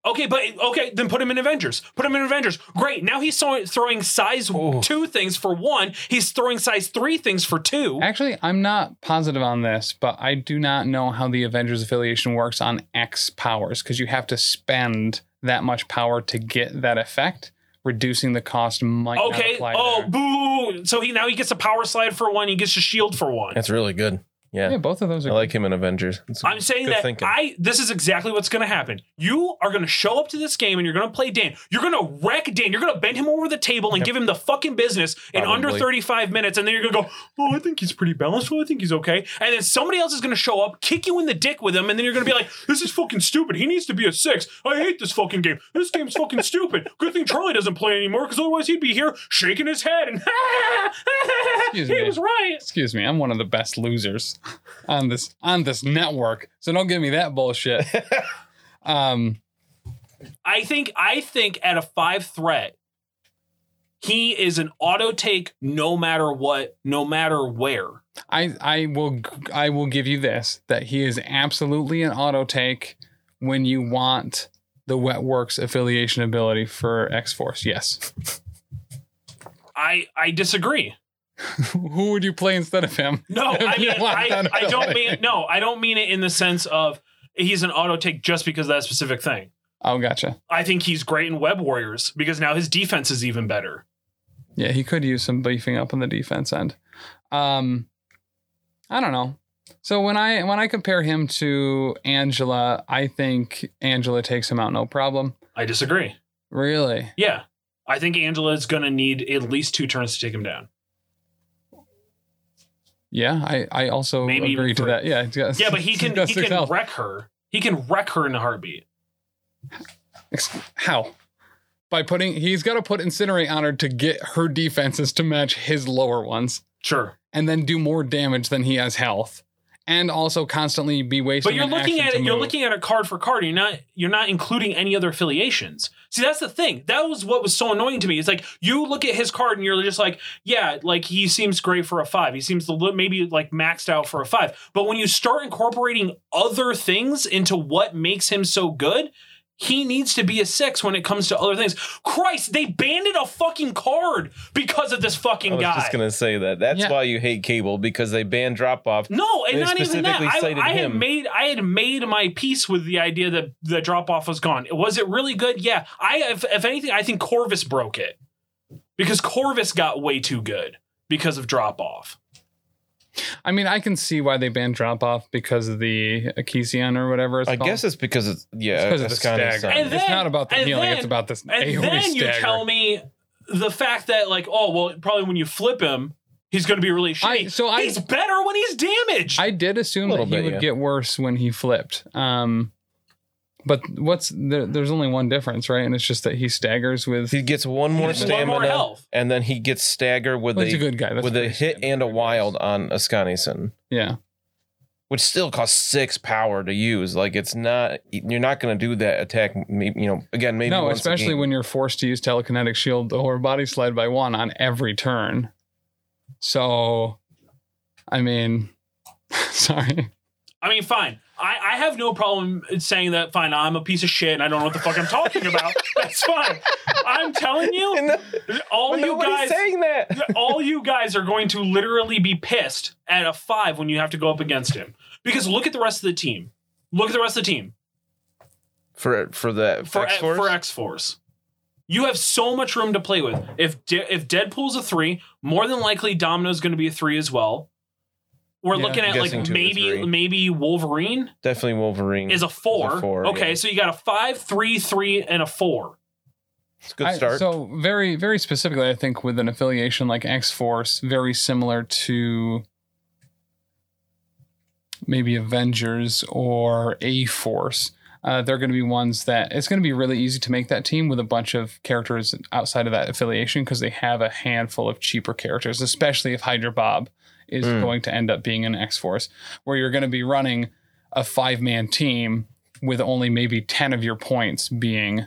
[SPEAKER 2] okay, but okay, then put him in Avengers. Put him in Avengers. Great. Now he's so- throwing size
[SPEAKER 3] Oh.
[SPEAKER 2] two things for one. He's throwing size three things for two.
[SPEAKER 1] Actually, I'm not positive on this, but I do not know how the Avengers affiliation works on X powers because you have to spend that much power to get that effect. Reducing the cost might Not
[SPEAKER 2] Okay.
[SPEAKER 1] apply
[SPEAKER 2] Oh,
[SPEAKER 1] there.
[SPEAKER 2] boo! So he now he gets a power slide for one. He gets a shield for one.
[SPEAKER 3] That's really good. Yeah.
[SPEAKER 1] yeah, both of those
[SPEAKER 3] I
[SPEAKER 1] are.
[SPEAKER 3] like him in Avengers. It's
[SPEAKER 2] I'm saying
[SPEAKER 3] good
[SPEAKER 2] that
[SPEAKER 3] thinking.
[SPEAKER 2] I this is exactly what's going to happen. You are going to show up to this game and you're going to play Dan. You're going to wreck Dan. You're going to bend him over the table and give him the fucking business in under
[SPEAKER 3] Probably.
[SPEAKER 2] 35 minutes and then you're going to go, "Oh, I think he's pretty balanced. Oh, I think he's okay." And then somebody else is going to show up, kick you in the dick with him and then you're going to be like, "This is fucking stupid. He needs to be a 6. I hate this fucking game. This game's fucking stupid. Good thing Charlie doesn't play anymore cuz otherwise he'd be here shaking his head and [laughs] he
[SPEAKER 1] Excuse me.
[SPEAKER 2] was right."
[SPEAKER 1] Excuse me, I'm one of the best losers [laughs] on this on this network. So don't give me that
[SPEAKER 3] [laughs]
[SPEAKER 1] bullshit. um,
[SPEAKER 2] I think I think at a five threat, he is an auto take no matter what, no matter where.
[SPEAKER 1] I I will g- I will give you this that he is absolutely an auto take when you want the Wet Works affiliation ability for X Force. Yes. [laughs]
[SPEAKER 2] I I disagree.
[SPEAKER 1] who would you play instead of him?
[SPEAKER 2] [laughs] No,
[SPEAKER 1] If
[SPEAKER 2] I
[SPEAKER 1] you
[SPEAKER 2] mean
[SPEAKER 1] want
[SPEAKER 2] I,
[SPEAKER 1] that
[SPEAKER 2] I don't
[SPEAKER 1] ability.
[SPEAKER 2] mean no, I don't mean it in the sense of he's an auto take just because of that specific thing.
[SPEAKER 1] Oh, gotcha.
[SPEAKER 2] I think he's great in Web Warriors because now his defense is even better.
[SPEAKER 1] Yeah, he could use some beefing up on the defense end. Um, I don't know. So when I when I compare him to Angela, I think Angela takes him out no problem.
[SPEAKER 2] I disagree.
[SPEAKER 1] Really?
[SPEAKER 2] Yeah. I think Angela is going to need at least two turns to take him down.
[SPEAKER 1] Yeah, I I also
[SPEAKER 2] Maybe even
[SPEAKER 1] agree to
[SPEAKER 2] three.
[SPEAKER 1] that. Yeah, he's got-
[SPEAKER 2] Yeah, but he
[SPEAKER 1] he's [laughs]
[SPEAKER 2] can
[SPEAKER 1] got
[SPEAKER 2] he [laughs]
[SPEAKER 1] six
[SPEAKER 2] can
[SPEAKER 1] health.
[SPEAKER 2] wreck her. He can wreck her in a heartbeat.
[SPEAKER 1] How? By putting, he's got to put Incinerate on her to get her defenses to match his lower ones,
[SPEAKER 2] Sure.
[SPEAKER 1] and then do more damage than he has health, and also constantly be wasting.
[SPEAKER 2] But you're
[SPEAKER 1] an
[SPEAKER 2] looking
[SPEAKER 1] action
[SPEAKER 2] at
[SPEAKER 1] to
[SPEAKER 2] it, you're
[SPEAKER 1] move.
[SPEAKER 2] looking at it card for card. You're not you're not including any other affiliations. See, that's the thing. That was what was so annoying to me. It's like you look at his card and you're just like, yeah, like he seems great for a five. He seems to li- maybe like maxed out for a five. But when you start incorporating other things into what makes him so good, he needs to be a six when it comes to other things. Christ, they banded a fucking card because of this
[SPEAKER 3] I
[SPEAKER 2] fucking
[SPEAKER 3] was
[SPEAKER 2] guy.
[SPEAKER 3] just gonna say that. That's
[SPEAKER 1] Yeah.
[SPEAKER 3] why you hate cable because they ban drop off.
[SPEAKER 2] No, and
[SPEAKER 3] They
[SPEAKER 2] not even that.
[SPEAKER 3] specifically
[SPEAKER 2] I,
[SPEAKER 3] cited
[SPEAKER 2] I had
[SPEAKER 3] him.
[SPEAKER 2] made I had made my peace with the idea that the drop off was gone. Was it really good? Yeah. I if, if anything, I think Corvus broke it because Corvus got way too good because of drop off.
[SPEAKER 1] I mean, I can see why they banned drop off because of the Achesion or whatever. It's
[SPEAKER 3] I
[SPEAKER 1] called.
[SPEAKER 3] guess it's because it's yeah,
[SPEAKER 1] It's 'cause of the
[SPEAKER 3] Ascani's
[SPEAKER 1] stagger.
[SPEAKER 3] son.
[SPEAKER 2] And
[SPEAKER 1] it's
[SPEAKER 2] then-
[SPEAKER 1] not about the
[SPEAKER 2] and
[SPEAKER 1] healing;
[SPEAKER 2] then-
[SPEAKER 1] it's about this
[SPEAKER 2] And
[SPEAKER 1] AoE
[SPEAKER 2] then you
[SPEAKER 1] stagger.
[SPEAKER 2] tell me the fact that like oh well probably when you flip him he's going to be really shitty.
[SPEAKER 1] I- so I-
[SPEAKER 2] he's better when he's damaged.
[SPEAKER 1] I did assume that
[SPEAKER 3] Little
[SPEAKER 1] he
[SPEAKER 3] bit,
[SPEAKER 1] would
[SPEAKER 3] yeah.
[SPEAKER 1] get worse when he flipped. Um, but what's there, there's only one difference, right? And it's just that he staggers with.
[SPEAKER 3] He gets one more
[SPEAKER 2] gets one more
[SPEAKER 3] stamina,
[SPEAKER 2] health.
[SPEAKER 3] and then he gets stagger with
[SPEAKER 1] Well,
[SPEAKER 3] a,
[SPEAKER 1] he's a good guy. That's
[SPEAKER 3] with a
[SPEAKER 1] pretty
[SPEAKER 3] hit
[SPEAKER 1] standard.
[SPEAKER 3] and a wild on Ascanison,
[SPEAKER 1] Yeah,
[SPEAKER 3] which still costs six power to use. Like it's not you're not gonna do that attack. may- You know, again, maybe
[SPEAKER 1] no,
[SPEAKER 3] once a
[SPEAKER 1] especially
[SPEAKER 3] [laughs] game.
[SPEAKER 1] when you're forced to use telekinetic shield or body slide by one on every turn. So, I mean, [laughs] sorry.
[SPEAKER 2] I mean, fine. I, I have no problem saying that. Fine, I'm a piece of shit and I don't know what the fuck I'm
[SPEAKER 1] [laughs]
[SPEAKER 2] talking about. That's fine. I'm telling you,
[SPEAKER 3] And no-
[SPEAKER 2] all
[SPEAKER 3] but
[SPEAKER 2] Oh, you
[SPEAKER 3] nobody's
[SPEAKER 2] guys,
[SPEAKER 3] saying that.
[SPEAKER 2] all you guys are going to literally be pissed at a five when you have to go up against him. Because look at the rest of the team. Look at the rest of the team
[SPEAKER 3] for for the
[SPEAKER 2] for X
[SPEAKER 3] X-Force?
[SPEAKER 2] for X Force. You have so much room to play with. If De- if Deadpool's a three, more than likely Domino's going to be a three as well. We're
[SPEAKER 1] Yeah,
[SPEAKER 2] looking at
[SPEAKER 3] guessing
[SPEAKER 2] like
[SPEAKER 3] two or
[SPEAKER 2] maybe
[SPEAKER 3] three.
[SPEAKER 2] maybe Wolverine.
[SPEAKER 3] definitely Wolverine
[SPEAKER 2] is a four.
[SPEAKER 3] Is a four,
[SPEAKER 2] okay,
[SPEAKER 3] yeah.
[SPEAKER 2] so you got a five, three, three, and a four.
[SPEAKER 3] It's a good
[SPEAKER 1] I-
[SPEAKER 3] start.
[SPEAKER 1] so very, very specifically, I think with an affiliation like X Force, very similar to maybe Avengers or A Force. Uh, they're going to be ones that it's going to be really easy to make that team with a bunch of characters outside of that affiliation because they have a handful of cheaper characters, especially if Hydra Bob is
[SPEAKER 3] Mm.
[SPEAKER 1] going to end up being an X Force, where you're going to be running a five man team with only maybe 10 of your points being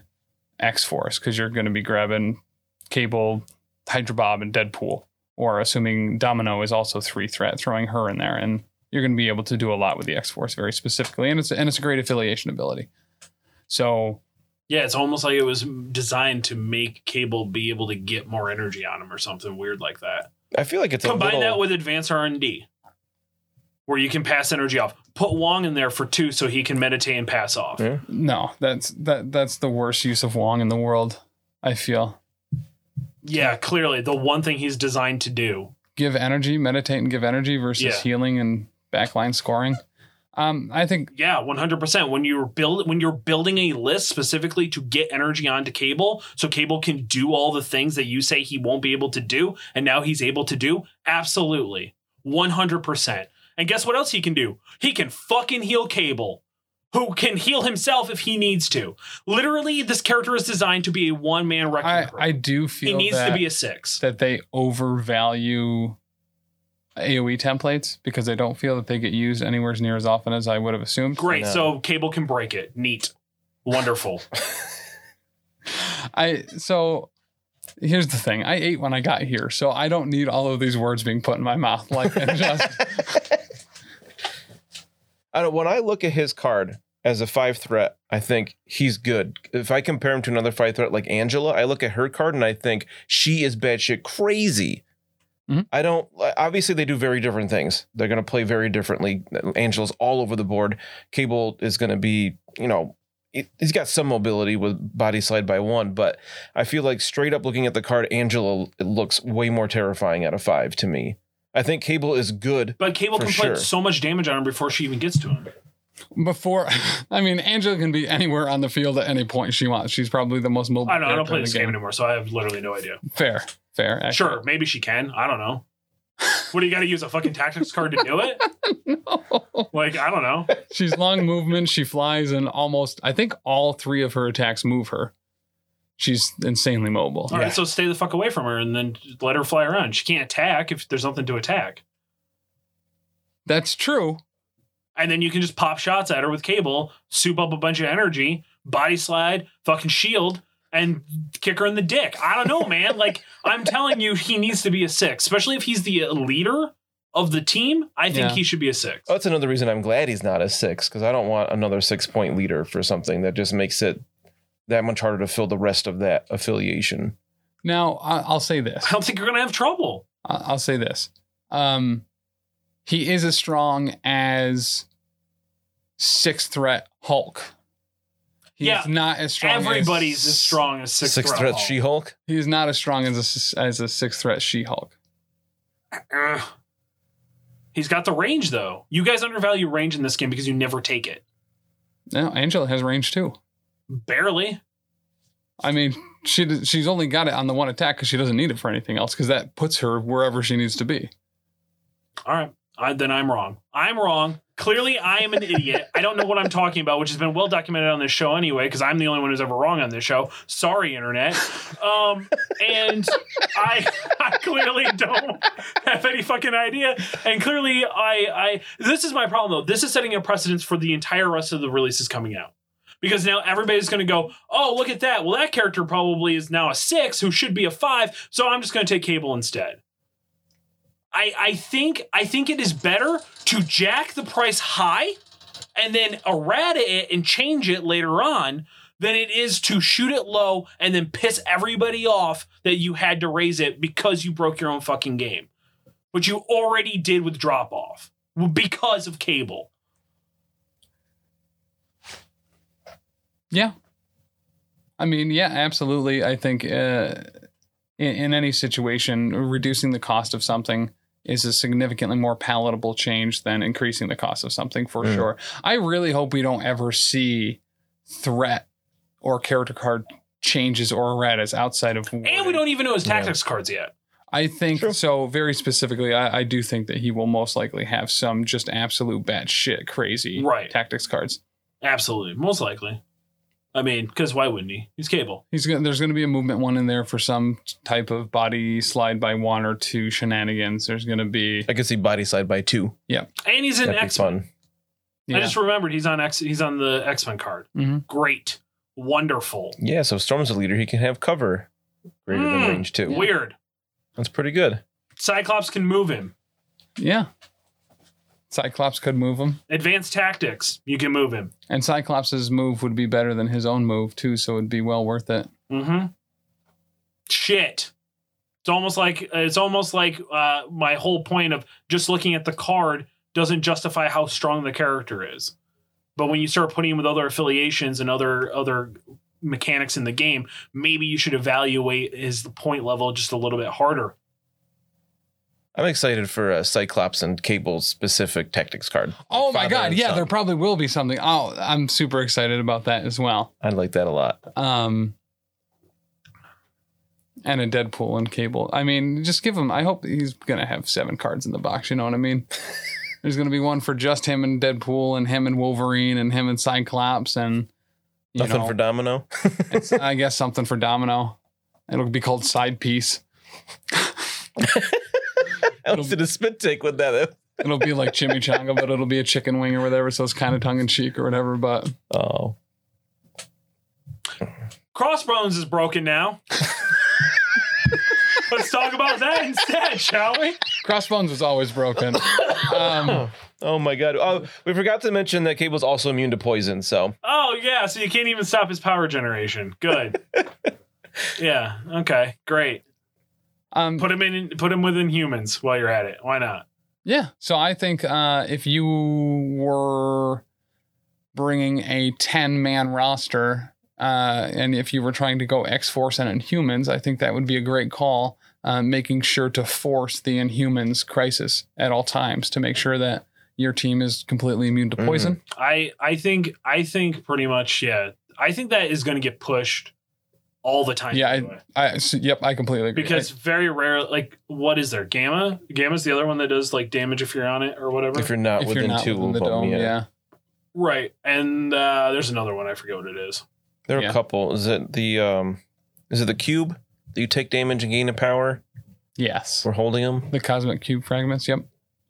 [SPEAKER 1] X Force because you're going to be grabbing Cable, Hydra Bob, and Deadpool, or assuming Domino is also three threat, throwing her in there, and you're going to be able to do a lot with the X Force very specifically, and it's and it's a great affiliation ability. So
[SPEAKER 2] Yeah, it's almost like it was designed to make Cable be able to get more energy on him or something weird like that.
[SPEAKER 3] I feel like it's
[SPEAKER 2] Combine
[SPEAKER 3] a little,
[SPEAKER 2] that with Advanced R and D, where you can pass energy off. Put Wong in there for two, so he can meditate and pass off.
[SPEAKER 3] Yeah.
[SPEAKER 1] no, that's that that's the worst use of Wong in the world. I feel
[SPEAKER 2] Yeah, clearly the one thing he's designed to do.
[SPEAKER 1] give energy, meditate, and give energy versus
[SPEAKER 2] Yeah.
[SPEAKER 1] healing and backline scoring. Um, I think
[SPEAKER 2] Yeah, one hundred percent. When you're build when you're building a list specifically to get energy onto Cable, so Cable can do all the things that you say he won't be able to do, and now he's able to do. Absolutely, one hundred percent. And guess what else he can do? He can fucking heal Cable, who can heal himself if he needs to. Literally, this character is designed to be a one man wrecking
[SPEAKER 1] I
[SPEAKER 2] crew.
[SPEAKER 1] I do feel
[SPEAKER 2] he needs
[SPEAKER 1] that,
[SPEAKER 2] to be a six.
[SPEAKER 1] that they overvalue AoE templates because I don't feel that they get used anywhere as near as often as I would have assumed.
[SPEAKER 2] Great.
[SPEAKER 3] No.
[SPEAKER 2] So Cable can break it. Neat. Wonderful.
[SPEAKER 1] I so here's the thing: I ate when I got here, so I don't need all of these words being put in my mouth. Like [laughs] and just
[SPEAKER 3] I don't, when I look at his card as a five threat, I think he's good. If I compare him to another five threat like Angela, I look at her card and I think she is batshit crazy.
[SPEAKER 1] Mhm.
[SPEAKER 3] I don't. Obviously, they do very different things. They're going to play very differently. Angela's all over the board. Cable is going to be, you know, he- he's got some mobility with body slide by one, but I feel like straight up looking at the card, Angela it looks way more terrifying out of five to me. I think Cable is good.
[SPEAKER 2] But Cable
[SPEAKER 3] For
[SPEAKER 2] can
[SPEAKER 3] sure.
[SPEAKER 2] put so much damage on him before she even gets to him.
[SPEAKER 1] before, [laughs] I mean, Angela can be anywhere on the field at any point she wants. She's probably the most mobile.
[SPEAKER 2] I don't, I don't
[SPEAKER 1] character
[SPEAKER 2] play
[SPEAKER 1] in
[SPEAKER 2] this
[SPEAKER 1] the
[SPEAKER 2] game anymore, so I have literally no idea.
[SPEAKER 1] Fair, fair. accurate.
[SPEAKER 2] Sure, maybe she can. I don't know. What do you got to use a fucking tactics card to do it? Like I don't know.
[SPEAKER 1] [laughs] She's long movement. She flies, and almost I think all three of her attacks move her. She's insanely mobile.
[SPEAKER 2] All right,
[SPEAKER 3] Yeah.
[SPEAKER 2] so stay the fuck away from her and then just let her fly around. She can't attack if there's nothing to attack.
[SPEAKER 1] That's true.
[SPEAKER 2] And then you can just pop shots at her with cable, soup up a bunch of energy, body slide, fucking shield, and kick her in the dick. I don't know, man. Like I'm telling you, he needs to be a six, especially if he's the leader of the team. I think
[SPEAKER 1] Yeah.
[SPEAKER 2] he should be a six.
[SPEAKER 3] Oh, That's another reason I'm glad he's not a six because I don't want another six point leader for something that just makes it that much harder to fill the rest of that affiliation.
[SPEAKER 1] Now I- I'll say this.
[SPEAKER 2] I don't think you're gonna have trouble.
[SPEAKER 1] I- I'll say this. Um, he is as strong as six threat Hulk. He is
[SPEAKER 2] Yeah,
[SPEAKER 1] not as strong. as-
[SPEAKER 2] Everybody's as strong as six,
[SPEAKER 3] Six,
[SPEAKER 2] threat.
[SPEAKER 3] threat She Hulk.
[SPEAKER 1] He is not as strong as a, s- as a six threat She Hulk.
[SPEAKER 2] Oh, Ugh. He's got the range though. You guys undervalue range in this game because you never take it.
[SPEAKER 1] No, Angela has range too.
[SPEAKER 2] Barely.
[SPEAKER 1] I mean, she d- she's only got it on the one attack because she doesn't need it for anything else because that puts her wherever she needs to be.
[SPEAKER 2] All right. I, then I'm wrong. I'm wrong. Clearly, I am an idiot. I don't know what I'm talking about, which has been well documented on this show anyway, because I'm the only one who's ever wrong on this show. Sorry, internet. Um, and I, [laughs] I clearly don't have any fucking idea. And clearly, I, I this is my problem though. This is setting a precedence for the entire rest of the releases coming out. Because now everybody's going to go, oh, look at that. Well, that character probably is now a six who should be a five. So I'm just going to take Cable instead. I, I think I think it is better to jack the price high and then errata it and change it later on than it is to shoot it low and then piss everybody off that you had to raise it because you broke your own fucking game. Which you already did with drop off because of cable.
[SPEAKER 1] Yeah. I mean, yeah, absolutely. I think uh, in, in any situation, reducing the cost of something is a significantly more palatable change than increasing the cost of something for
[SPEAKER 3] Mm.
[SPEAKER 1] sure. I really hope we don't ever see threat or character card changes or erratas outside of
[SPEAKER 2] And we
[SPEAKER 1] Warden.
[SPEAKER 2] don't even know his
[SPEAKER 3] Yeah.
[SPEAKER 2] tactics cards yet.
[SPEAKER 1] I think
[SPEAKER 3] True.
[SPEAKER 1] so. Very specifically, I, I do think that he will most likely have some just absolute batshit crazy
[SPEAKER 2] Right.
[SPEAKER 1] tactics cards.
[SPEAKER 2] Absolutely. Most likely. I mean, because why wouldn't he? He's cable.
[SPEAKER 1] He's gonna, there's going to be a movement one in there for some type of body slide by one or two shenanigans. There's going to be
[SPEAKER 3] I could see body side by two.
[SPEAKER 2] And he's an
[SPEAKER 3] That'd be
[SPEAKER 2] X
[SPEAKER 3] fun.
[SPEAKER 1] yeah.
[SPEAKER 2] I just remembered he's on X. He's on the X Men card.
[SPEAKER 1] Mhm.
[SPEAKER 2] Great, wonderful,
[SPEAKER 3] Yeah, so Storm's a leader. He can have cover greater
[SPEAKER 2] Hmm.
[SPEAKER 1] Mm.
[SPEAKER 3] than range two.
[SPEAKER 2] weird.
[SPEAKER 3] That's pretty good.
[SPEAKER 2] Cyclops can move him.
[SPEAKER 1] yeah. Cyclops could move him,
[SPEAKER 2] Advanced tactics, you can move him.
[SPEAKER 1] and Cyclops's move would be better than his own move too, so it'd be well worth it.
[SPEAKER 2] Mm-hmm. Shit. It's almost like it's almost like uh, my whole point of just looking at the card doesn't justify how strong the character is. But when you start putting him with other affiliations and other other mechanics in the game, maybe you should evaluate his point level just a little bit harder.
[SPEAKER 3] I'm excited for a Cyclops and Cable's specific tactics card.
[SPEAKER 1] Oh my
[SPEAKER 3] Father
[SPEAKER 1] God!
[SPEAKER 3] and
[SPEAKER 1] Yeah,
[SPEAKER 3] son.
[SPEAKER 1] there probably will be something. Oh, I'm super excited about that as well.
[SPEAKER 3] I like that a lot.
[SPEAKER 1] Um, and a Deadpool and Cable. I mean, just give him. I hope he's gonna have seven cards in the box. You know what I
[SPEAKER 3] [laughs]
[SPEAKER 1] mean? There's gonna be one for just him and Deadpool, and him and Wolverine, and him and Cyclops, and you
[SPEAKER 3] Nothing
[SPEAKER 1] know,
[SPEAKER 3] for Domino.
[SPEAKER 1] [laughs]
[SPEAKER 3] [laughs]
[SPEAKER 1] it's, I guess something for Domino. It'll be called side piece.
[SPEAKER 3] I almost did a spit take with that.
[SPEAKER 1] It'll be like chimichanga, but it'll be a chicken wing or whatever. So it's kind of tongue in cheek or whatever. But
[SPEAKER 3] Oh.
[SPEAKER 2] Crossbones is broken now. [laughs] Let's talk about that instead, shall we?
[SPEAKER 1] Crossbones was always
[SPEAKER 3] [laughs]
[SPEAKER 1] broken. Um,
[SPEAKER 3] Oh my god. Oh, we forgot to mention that Cable's also immune to poison, so
[SPEAKER 2] Oh yeah, so you can't even stop his power generation. Good. yeah. Okay. Great.
[SPEAKER 1] um,
[SPEAKER 2] Put him in. Put him within humans while you're at it. Why not?
[SPEAKER 1] Yeah. So I think uh, if you were bringing a 10 man roster uh, and if you were trying to go X Force and Inhumans, I think that would be a great call, uh, making sure to force the Inhumans crisis at all times to make sure that your team is completely immune
[SPEAKER 3] Mm.
[SPEAKER 1] to poison.
[SPEAKER 2] I I think I think pretty much yeah. I think that is going to get pushed all the time.
[SPEAKER 1] Yeah,
[SPEAKER 2] by the way.
[SPEAKER 1] I so- yep, I completely agree.
[SPEAKER 2] because very rare. Like, what is there? Gamma. Gamma's the other one that does like damage if you're on it or whatever.
[SPEAKER 3] If you're not
[SPEAKER 1] if
[SPEAKER 3] within
[SPEAKER 1] you're not
[SPEAKER 3] two
[SPEAKER 1] within
[SPEAKER 3] of
[SPEAKER 1] the
[SPEAKER 3] them,
[SPEAKER 1] dome,
[SPEAKER 3] yeah.
[SPEAKER 1] yeah.
[SPEAKER 2] right, and uh, there's another one I forget what it is.
[SPEAKER 3] There are
[SPEAKER 1] Yeah.
[SPEAKER 3] a couple. Is it the um is it the cube that you take damage and gain a power?
[SPEAKER 1] Yes.
[SPEAKER 3] We're holding them.
[SPEAKER 1] The cosmic cube fragments. Yep.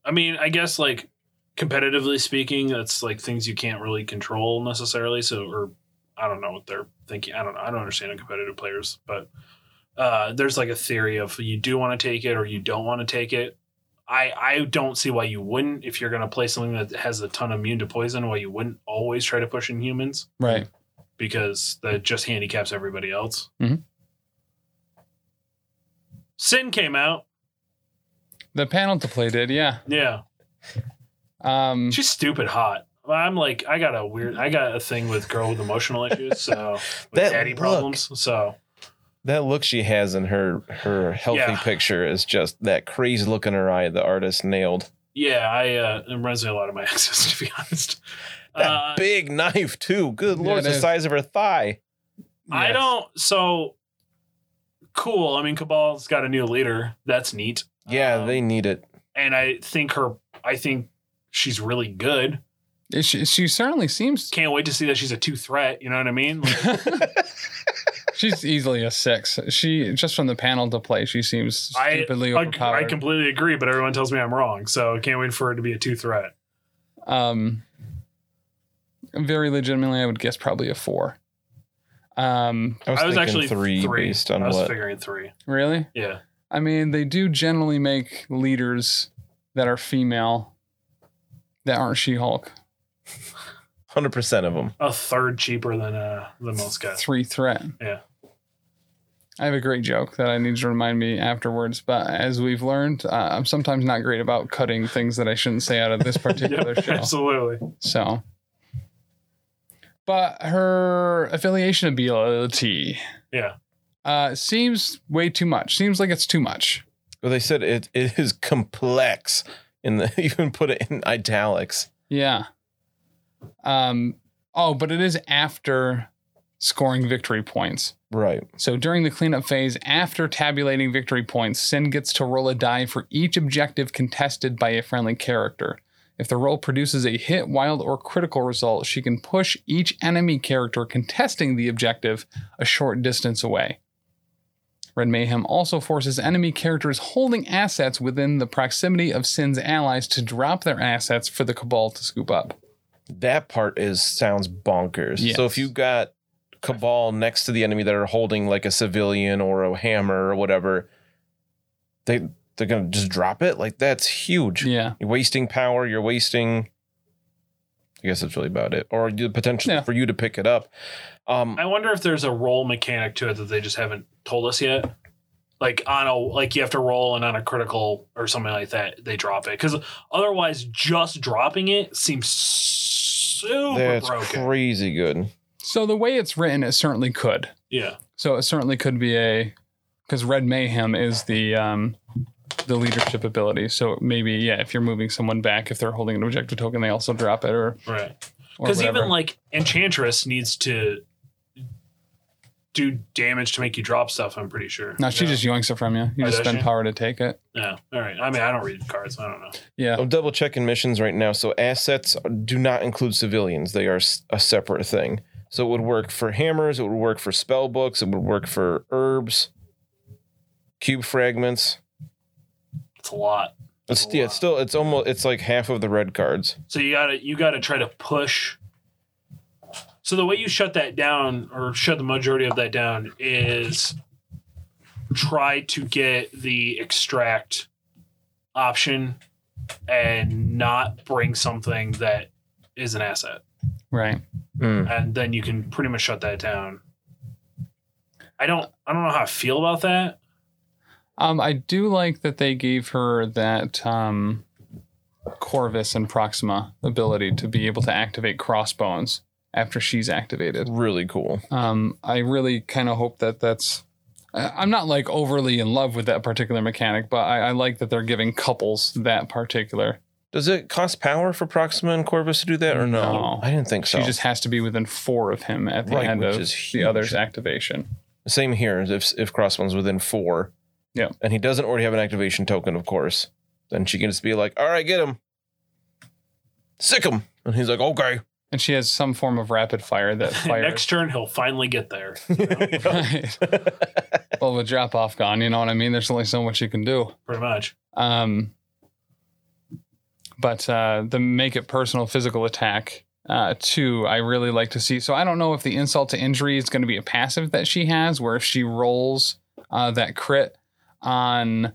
[SPEAKER 2] I mean, I guess like competitively speaking, that's like things you can't really control necessarily. So, or I don't know what they're thinking. I don't. I don't understand competitive players, but uh, there's like a theory of you do want to take it or you don't want to take it. I I don't see why you wouldn't if you're going to play something that has a ton of immune to poison. Why you wouldn't always try to push in humans
[SPEAKER 3] Mm.
[SPEAKER 1] Right.
[SPEAKER 2] because that just handicaps everybody else.
[SPEAKER 1] Mhm.
[SPEAKER 2] Sin came out.
[SPEAKER 1] The panel to play did. Yeah.
[SPEAKER 2] Yeah.
[SPEAKER 3] Mm-hmm.
[SPEAKER 1] Um,
[SPEAKER 2] She's stupid hot. Well, I'm like, I got a weird, I got a thing with girl with emotional issues,
[SPEAKER 3] [laughs]
[SPEAKER 2] so with
[SPEAKER 3] That
[SPEAKER 2] daddy
[SPEAKER 3] look.
[SPEAKER 2] problems. So
[SPEAKER 3] That look she has in her her healthy
[SPEAKER 2] Yeah.
[SPEAKER 3] picture is just that crazy look in her eye the artist nailed.
[SPEAKER 2] yeah, I uh, it reminds me a lot of my [laughs] exes, to be honest.
[SPEAKER 3] That
[SPEAKER 2] Uh,
[SPEAKER 3] big knife too. Good
[SPEAKER 1] Yeah,
[SPEAKER 3] lord,
[SPEAKER 1] it
[SPEAKER 3] it's the
[SPEAKER 1] is.
[SPEAKER 3] size of her thigh.
[SPEAKER 2] I
[SPEAKER 1] yes.
[SPEAKER 2] don't. So cool. I mean, Cabal's got a new leader. That's neat.
[SPEAKER 3] Yeah,
[SPEAKER 2] Um,
[SPEAKER 3] they need it.
[SPEAKER 2] and I think her. I think she's really good.
[SPEAKER 1] It- She, she certainly seems.
[SPEAKER 2] Can't wait to see that she's a two threat. You know what I mean? Like,
[SPEAKER 3] [laughs]
[SPEAKER 1] She's easily a six. She just from the panel to play. She seems
[SPEAKER 2] I-
[SPEAKER 1] stupidly
[SPEAKER 2] I,
[SPEAKER 1] overpowered.
[SPEAKER 2] I completely agree, but everyone tells me I'm wrong. So can't wait for her to be a two threat.
[SPEAKER 1] Um, very legitimately, I would guess probably a four. Um,
[SPEAKER 2] I was
[SPEAKER 3] thinking
[SPEAKER 2] actually three,
[SPEAKER 3] based on
[SPEAKER 2] I was
[SPEAKER 3] what
[SPEAKER 2] figuring three.
[SPEAKER 1] really?
[SPEAKER 2] Yeah.
[SPEAKER 1] I mean, they do generally make leaders that are female that aren't She Hulk
[SPEAKER 3] hundred percent of them.
[SPEAKER 2] a third cheaper than uh than most [laughs] guys.
[SPEAKER 1] three threat.
[SPEAKER 2] Yeah.
[SPEAKER 1] I have a great joke that I need you to remind me afterwards, but as we've learned, uh, I'm sometimes not great about cutting things that I shouldn't say out of
[SPEAKER 2] [laughs]
[SPEAKER 1] this particular
[SPEAKER 2] Yep,
[SPEAKER 1] show.
[SPEAKER 2] absolutely.
[SPEAKER 1] So, but her affiliation ability,
[SPEAKER 2] Yeah.
[SPEAKER 1] uh, seems way too much. Seems like it's too much.
[SPEAKER 3] Well, they said it it is complex, and they [laughs] even put it in italics.
[SPEAKER 1] Yeah. Um. Oh, but it is after scoring victory points.
[SPEAKER 3] Right.
[SPEAKER 1] So during the cleanup phase, after tabulating victory points, Sin gets to roll a die for each objective contested by a friendly character. If the roll produces a hit, wild, or critical result, she can push each enemy character contesting the objective a short distance away. Red Mayhem also forces enemy characters holding assets within the proximity of Sin's allies to drop their assets for the Cabal to scoop up.
[SPEAKER 3] That part is sounds bonkers.
[SPEAKER 1] Yes.
[SPEAKER 3] So if you got cabal next to the enemy that are holding like a civilian or a hammer or whatever, they they're gonna just drop it. Like that's huge.
[SPEAKER 1] Yeah.
[SPEAKER 3] You're wasting power. You're wasting. I guess that's really about it. Or the potential
[SPEAKER 1] Yeah.
[SPEAKER 3] for you to pick it up. Um,
[SPEAKER 2] I wonder if there's a roll mechanic to it that they just haven't told us yet. Like on a like you have to roll and on a critical or something like that they drop it because otherwise just dropping it seems super
[SPEAKER 3] that's
[SPEAKER 2] broken.
[SPEAKER 3] crazy good.
[SPEAKER 1] So the way it's written, it certainly could.
[SPEAKER 2] yeah,
[SPEAKER 1] So it certainly could be a because Red Mayhem is the um, the leadership ability. So maybe yeah, if you're moving someone back, if they're holding an objective token, they also drop it or
[SPEAKER 2] right.
[SPEAKER 1] or
[SPEAKER 2] Because even
[SPEAKER 1] whatever.
[SPEAKER 2] like Enchantress needs to do damage to make you drop stuff. I'm pretty sure.
[SPEAKER 1] no, she
[SPEAKER 2] Yeah.
[SPEAKER 1] just yoinks it from you. You
[SPEAKER 2] Oh,
[SPEAKER 1] just
[SPEAKER 2] does
[SPEAKER 1] spend
[SPEAKER 2] she?
[SPEAKER 1] power to take it.
[SPEAKER 2] yeah. All right. I mean, I don't read cards. I don't know.
[SPEAKER 1] Yeah,
[SPEAKER 3] I'm double checking missions right now. So assets do not include civilians. They are s- a separate thing. So it would work for hammers. It would work for spell books. It would work for herbs, cube fragments.
[SPEAKER 2] It's a lot.
[SPEAKER 3] It's,
[SPEAKER 2] That's a
[SPEAKER 3] yeah,
[SPEAKER 2] lot.
[SPEAKER 3] it's still it's almost it's like half of the red cards.
[SPEAKER 2] So you gotta you gotta try to push. So the way you shut that down or shut the majority of that down is try to get the extract option and not bring something that is an asset.
[SPEAKER 1] right.
[SPEAKER 2] And then you can pretty much shut that down. I don't I don't know how I feel about that. [laughs]
[SPEAKER 1] Um, I do like that they gave her that um, Corvus and Proxima ability to be able to activate crossbones after she's activated.
[SPEAKER 3] Really cool.
[SPEAKER 1] Um, I really kind of hope that that's. I- I'm not like overly in love with that particular mechanic, but I, I like that they're giving couples that particular.
[SPEAKER 3] Does it cost power for Proxima and Corvus to do that or no?
[SPEAKER 1] No.
[SPEAKER 3] I didn't think so.
[SPEAKER 1] She just has to be within four of him at the
[SPEAKER 3] Right,
[SPEAKER 1] end
[SPEAKER 3] which
[SPEAKER 1] of
[SPEAKER 3] is
[SPEAKER 1] the
[SPEAKER 3] huge.
[SPEAKER 1] other's activation.
[SPEAKER 3] Same here. If if Crossbone's within four,
[SPEAKER 1] Yeah.
[SPEAKER 3] and he doesn't already have an activation token, of course, then she can just be like, "All right, get him, sick him," and he's like, "Okay."
[SPEAKER 1] And she has some form of rapid fire
[SPEAKER 3] [laughs]
[SPEAKER 1] that fires.
[SPEAKER 2] Next turn, he'll finally get there.
[SPEAKER 1] [laughs] Right. well, with drop off gone, you know what I mean? There's only so much you can do.
[SPEAKER 2] Pretty much.
[SPEAKER 1] Um, but uh, the make it personal physical attack, uh, too, I really like to see. So I don't know if the insult to injury is going to be a passive that she has, where if she rolls uh, that crit on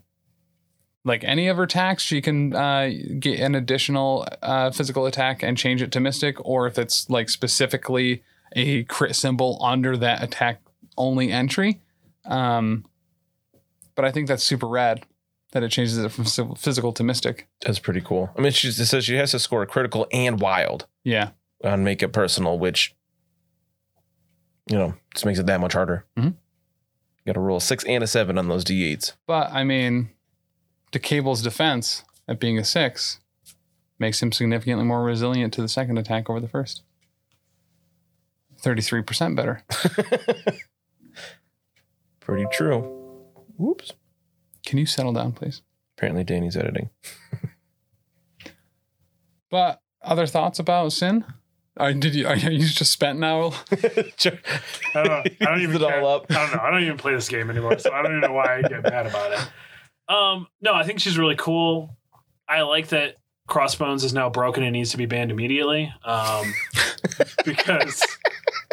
[SPEAKER 1] like any of her attacks, she can uh, get an additional uh, physical attack and change it to mystic, or if it's like specifically a crit symbol under that attack only entry. Um, but I think that's super rad that it changes it from phy- physical to mystic.
[SPEAKER 3] That's pretty cool. I mean, she just says she has to score critical and wild
[SPEAKER 1] Yeah.
[SPEAKER 3] on make it personal, which you know just makes it that much harder.
[SPEAKER 2] Mm-hmm.
[SPEAKER 1] Mhm.
[SPEAKER 3] Got to roll a six and a seven on those d8s.
[SPEAKER 1] But I mean, to Cable's defense, at being a six, makes him significantly more resilient to the second attack over the first. 33% better.
[SPEAKER 3] Pretty true. Whoops.
[SPEAKER 1] Can you settle down, please?
[SPEAKER 3] Apparently,
[SPEAKER 2] [laughs]
[SPEAKER 3] Danny's editing. [laughs]
[SPEAKER 1] But other thoughts about sin? Are, did you, are you just spent now?
[SPEAKER 3] Sure.
[SPEAKER 2] Uh, I don't, know. I don't even
[SPEAKER 3] Used it all
[SPEAKER 2] care.
[SPEAKER 3] up.
[SPEAKER 2] I don't know. I don't even play this game anymore, so I don't even know why I get mad about it. Um, no, I think she's really cool. I like that Crossbones is now broken and needs to be banned immediately. Um, because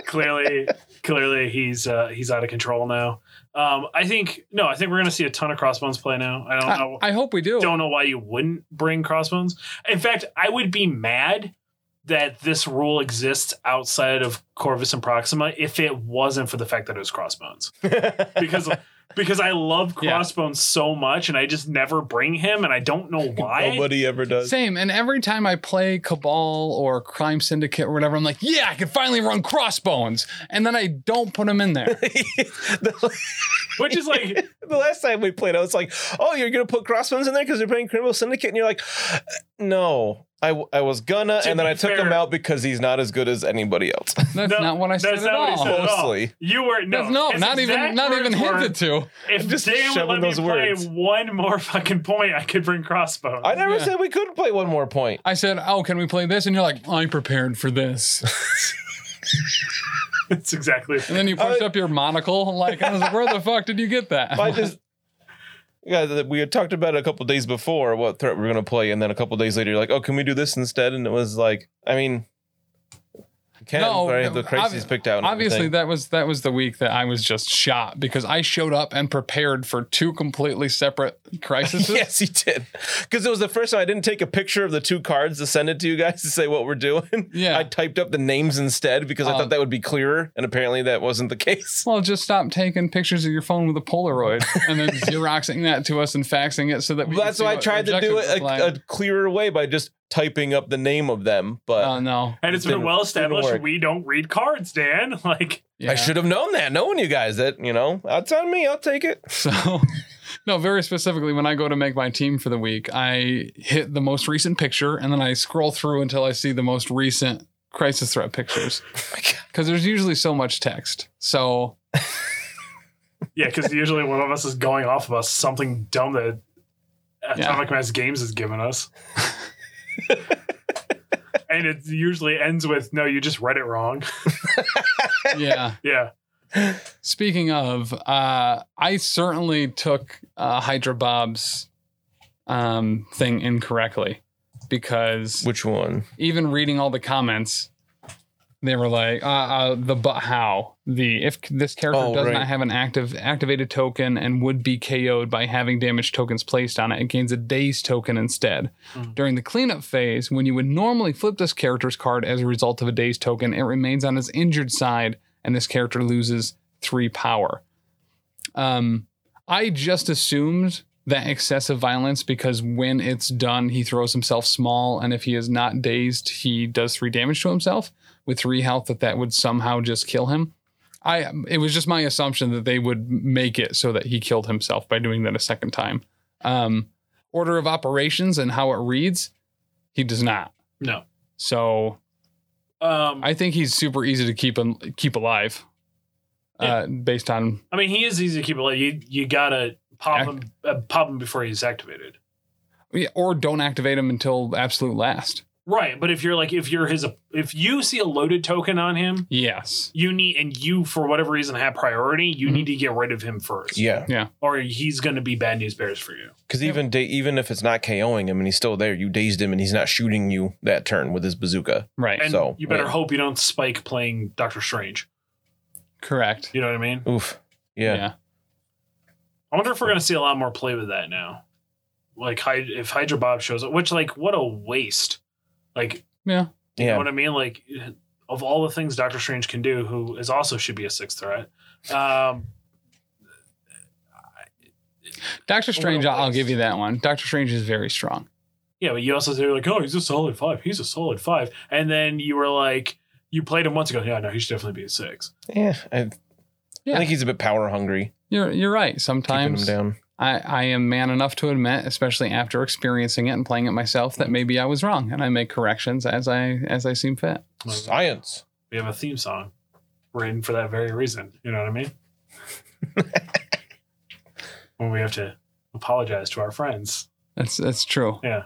[SPEAKER 2] clearly, clearly he's uh, he's out of control now. Um, I think no, I think we're gonna see a ton of Crossbones play now. [laughs] I don't
[SPEAKER 1] I,
[SPEAKER 2] know.
[SPEAKER 1] I hope we do.
[SPEAKER 2] don't know why you wouldn't bring crossbones. In fact, I would be mad that this rule exists outside of Corvus and Proxima if it wasn't for the fact that it was crossbones. Because because I love
[SPEAKER 1] Yeah.
[SPEAKER 2] crossbones so much and I just never bring him and [laughs] I don't know why.
[SPEAKER 3] Nobody ever does.
[SPEAKER 1] Same. And every time I play Cabal or Crime Syndicate or whatever, I'm like, yeah, I can finally run crossbones. And then I don't put them in
[SPEAKER 2] [laughs]
[SPEAKER 1] there.
[SPEAKER 3] the,
[SPEAKER 2] Which
[SPEAKER 1] [laughs]
[SPEAKER 2] is like
[SPEAKER 3] the last time we played, I was like, "Oh, you're gonna put crossbones in there because they're playing Criminal Syndicate," and you're like, "Uh, "No, I, w- I was gonna,"
[SPEAKER 2] To
[SPEAKER 3] and then
[SPEAKER 2] be
[SPEAKER 3] I took
[SPEAKER 2] fair-
[SPEAKER 3] him out because he's not as good as anybody else.
[SPEAKER 1] That's
[SPEAKER 3] [laughs]
[SPEAKER 2] No,
[SPEAKER 1] not what I said
[SPEAKER 2] that's
[SPEAKER 1] at
[SPEAKER 2] not what he
[SPEAKER 1] all.
[SPEAKER 2] said at all.
[SPEAKER 3] Mostly.
[SPEAKER 2] you were no,
[SPEAKER 1] That's- no,
[SPEAKER 2] his
[SPEAKER 1] not even
[SPEAKER 2] exact
[SPEAKER 1] not even
[SPEAKER 2] words were,
[SPEAKER 1] hinted to.
[SPEAKER 2] If
[SPEAKER 3] just
[SPEAKER 2] they would
[SPEAKER 3] shoving
[SPEAKER 2] let me
[SPEAKER 3] those
[SPEAKER 2] play
[SPEAKER 3] words.
[SPEAKER 2] one more fucking point, I could bring crossbones.
[SPEAKER 3] I never
[SPEAKER 1] Yeah.
[SPEAKER 3] said we couldn't play one more point.
[SPEAKER 1] I said, "Oh, can we play this?" And you're like, "I'm prepared for this."
[SPEAKER 2] [laughs] That's exactly
[SPEAKER 1] And
[SPEAKER 3] [laughs]
[SPEAKER 1] then you pushed
[SPEAKER 3] I-
[SPEAKER 1] up your monocle. Like, I was like, "Where the fuck did you get that?" [laughs]
[SPEAKER 3] I just. Yeah, that we had talked about it a couple days before what threat we were going to play, and then a couple days later, you're like, "Oh, can we do this instead?" And it was like, I mean, we can
[SPEAKER 1] No,
[SPEAKER 3] but I have the
[SPEAKER 1] obvi-
[SPEAKER 3] crises picked out. and
[SPEAKER 1] Obviously,
[SPEAKER 3] everything.
[SPEAKER 1] that was that was the week that I was just shot because I showed up and prepared for two completely separate crises.
[SPEAKER 3] [laughs] yes, he did. Because it was the first time I didn't take a picture of the two cards to send it to you guys to say what we're doing.
[SPEAKER 1] Yeah.
[SPEAKER 3] [laughs] I typed up the names instead because I
[SPEAKER 1] Oh.
[SPEAKER 3] thought that would be clearer, and apparently that wasn't the [laughs] case.
[SPEAKER 1] Well, just stop taking pictures of your phone with a Polaroid and
[SPEAKER 3] [laughs]
[SPEAKER 1] then xeroxing that to us and faxing it so that we. can
[SPEAKER 3] That's
[SPEAKER 1] see
[SPEAKER 3] why I
[SPEAKER 1] what
[SPEAKER 3] tried to do
[SPEAKER 1] objectives look
[SPEAKER 3] it
[SPEAKER 1] like.
[SPEAKER 3] a, a clearer way by just typing up the name of them. But
[SPEAKER 1] oh no!
[SPEAKER 2] And it's
[SPEAKER 3] It
[SPEAKER 2] been
[SPEAKER 3] didn't-
[SPEAKER 2] well
[SPEAKER 3] work.
[SPEAKER 2] established we don't read cards, Dan. [laughs] Like
[SPEAKER 1] Yeah.
[SPEAKER 3] I should have known that, knowing you guys that, you know, that's on me. I'll
[SPEAKER 1] [laughs]
[SPEAKER 3] take it.
[SPEAKER 1] So, no, very specifically, when I go to make my team for the week, I hit the most recent picture and then I scroll through until I see the most recent crisis threat pictures because there's usually so much text. So,
[SPEAKER 2] Yeah, because usually one of us is going off about something dumb that
[SPEAKER 1] Yeah.
[SPEAKER 2] Atomic Mass Games has given us. and it usually ends with, no, you just read it wrong.
[SPEAKER 1] yeah.
[SPEAKER 2] Yeah.
[SPEAKER 1] Speaking of, uh, I certainly took uh, Hydra Bob's um, thing incorrectly because
[SPEAKER 3] Which one?
[SPEAKER 1] even reading all the comments, they were like, uh, uh, the but how the if c- this character
[SPEAKER 3] Oh,
[SPEAKER 1] does
[SPEAKER 3] right.
[SPEAKER 1] not have an active activated token and would be KO'd by having damage tokens placed on it, it gains a day's token instead.
[SPEAKER 3] Hmm.
[SPEAKER 2] Mm.
[SPEAKER 1] During the cleanup phase, when you would normally flip this character's card as a result of a day's token, it remains on its injured side, and this character loses three power. Um, I just assumed that excessive violence because when it's done, he throws himself small, and if he is not dazed, he does three damage to himself with three health. That that would somehow just kill him. I it was just my assumption that they would make it so that he killed himself by doing that a second time. Um, order of operations and how it reads, he does not.
[SPEAKER 2] No.
[SPEAKER 1] So
[SPEAKER 2] Um,
[SPEAKER 1] I think he's super easy to keep him keep alive. uh, based on
[SPEAKER 2] I mean, he is easy to keep alive. You you gotta pop
[SPEAKER 1] Ac-
[SPEAKER 2] him uh, pop him before he's activated.
[SPEAKER 1] yeah, or don't activate him until absolute last.
[SPEAKER 2] Right, but if you're like if you're his if you see a loaded token on him,
[SPEAKER 1] Yes.
[SPEAKER 2] you need and you for whatever reason have priority, you
[SPEAKER 1] Mhm.
[SPEAKER 2] need to get rid of him first.
[SPEAKER 3] Mm-hmm. Yeah,
[SPEAKER 2] Or he's gonna be bad news bears for you.
[SPEAKER 3] because even da- even if it's not KOing him and he's still there, you dazed him and he's not shooting you that turn with his bazooka.
[SPEAKER 1] Right.
[SPEAKER 2] And
[SPEAKER 3] So,
[SPEAKER 2] you better
[SPEAKER 3] wait.
[SPEAKER 2] hope you don't spike playing Doctor Strange.
[SPEAKER 1] Correct.
[SPEAKER 2] You know what I mean?
[SPEAKER 3] Oof. Yeah.
[SPEAKER 2] I wonder if we're gonna see a lot more play with that now. Like Hy- if Hydra Bob shows up, which like what a waste. Like
[SPEAKER 1] Yeah.
[SPEAKER 2] You know
[SPEAKER 3] Yeah.
[SPEAKER 2] what I mean? Like, of all the things Doctor Strange can do, who is also should be a sixth threat. Um,
[SPEAKER 1] Doctor Strange, I'll I'll
[SPEAKER 2] waste.
[SPEAKER 1] give you that one. Doctor Strange is very strong.
[SPEAKER 2] yeah, but you also say like, oh, he's a solid five. He's a solid five. And then you were like, you played him once ago. Yeah, no, he should definitely be a six.
[SPEAKER 3] Yeah. I,
[SPEAKER 1] Yeah.
[SPEAKER 3] I think he's a bit power hungry.
[SPEAKER 1] You're you're right.
[SPEAKER 3] Keeping him
[SPEAKER 1] Sometimes
[SPEAKER 3] down.
[SPEAKER 1] I, I am man enough to admit, especially after experiencing it and playing it myself, that maybe I was wrong and I make corrections as I as I seem fit.
[SPEAKER 3] Science.
[SPEAKER 2] We have a theme song written for that very reason. You know what I mean? when we have to apologize to our friends.
[SPEAKER 1] That's that's true.
[SPEAKER 2] Yeah.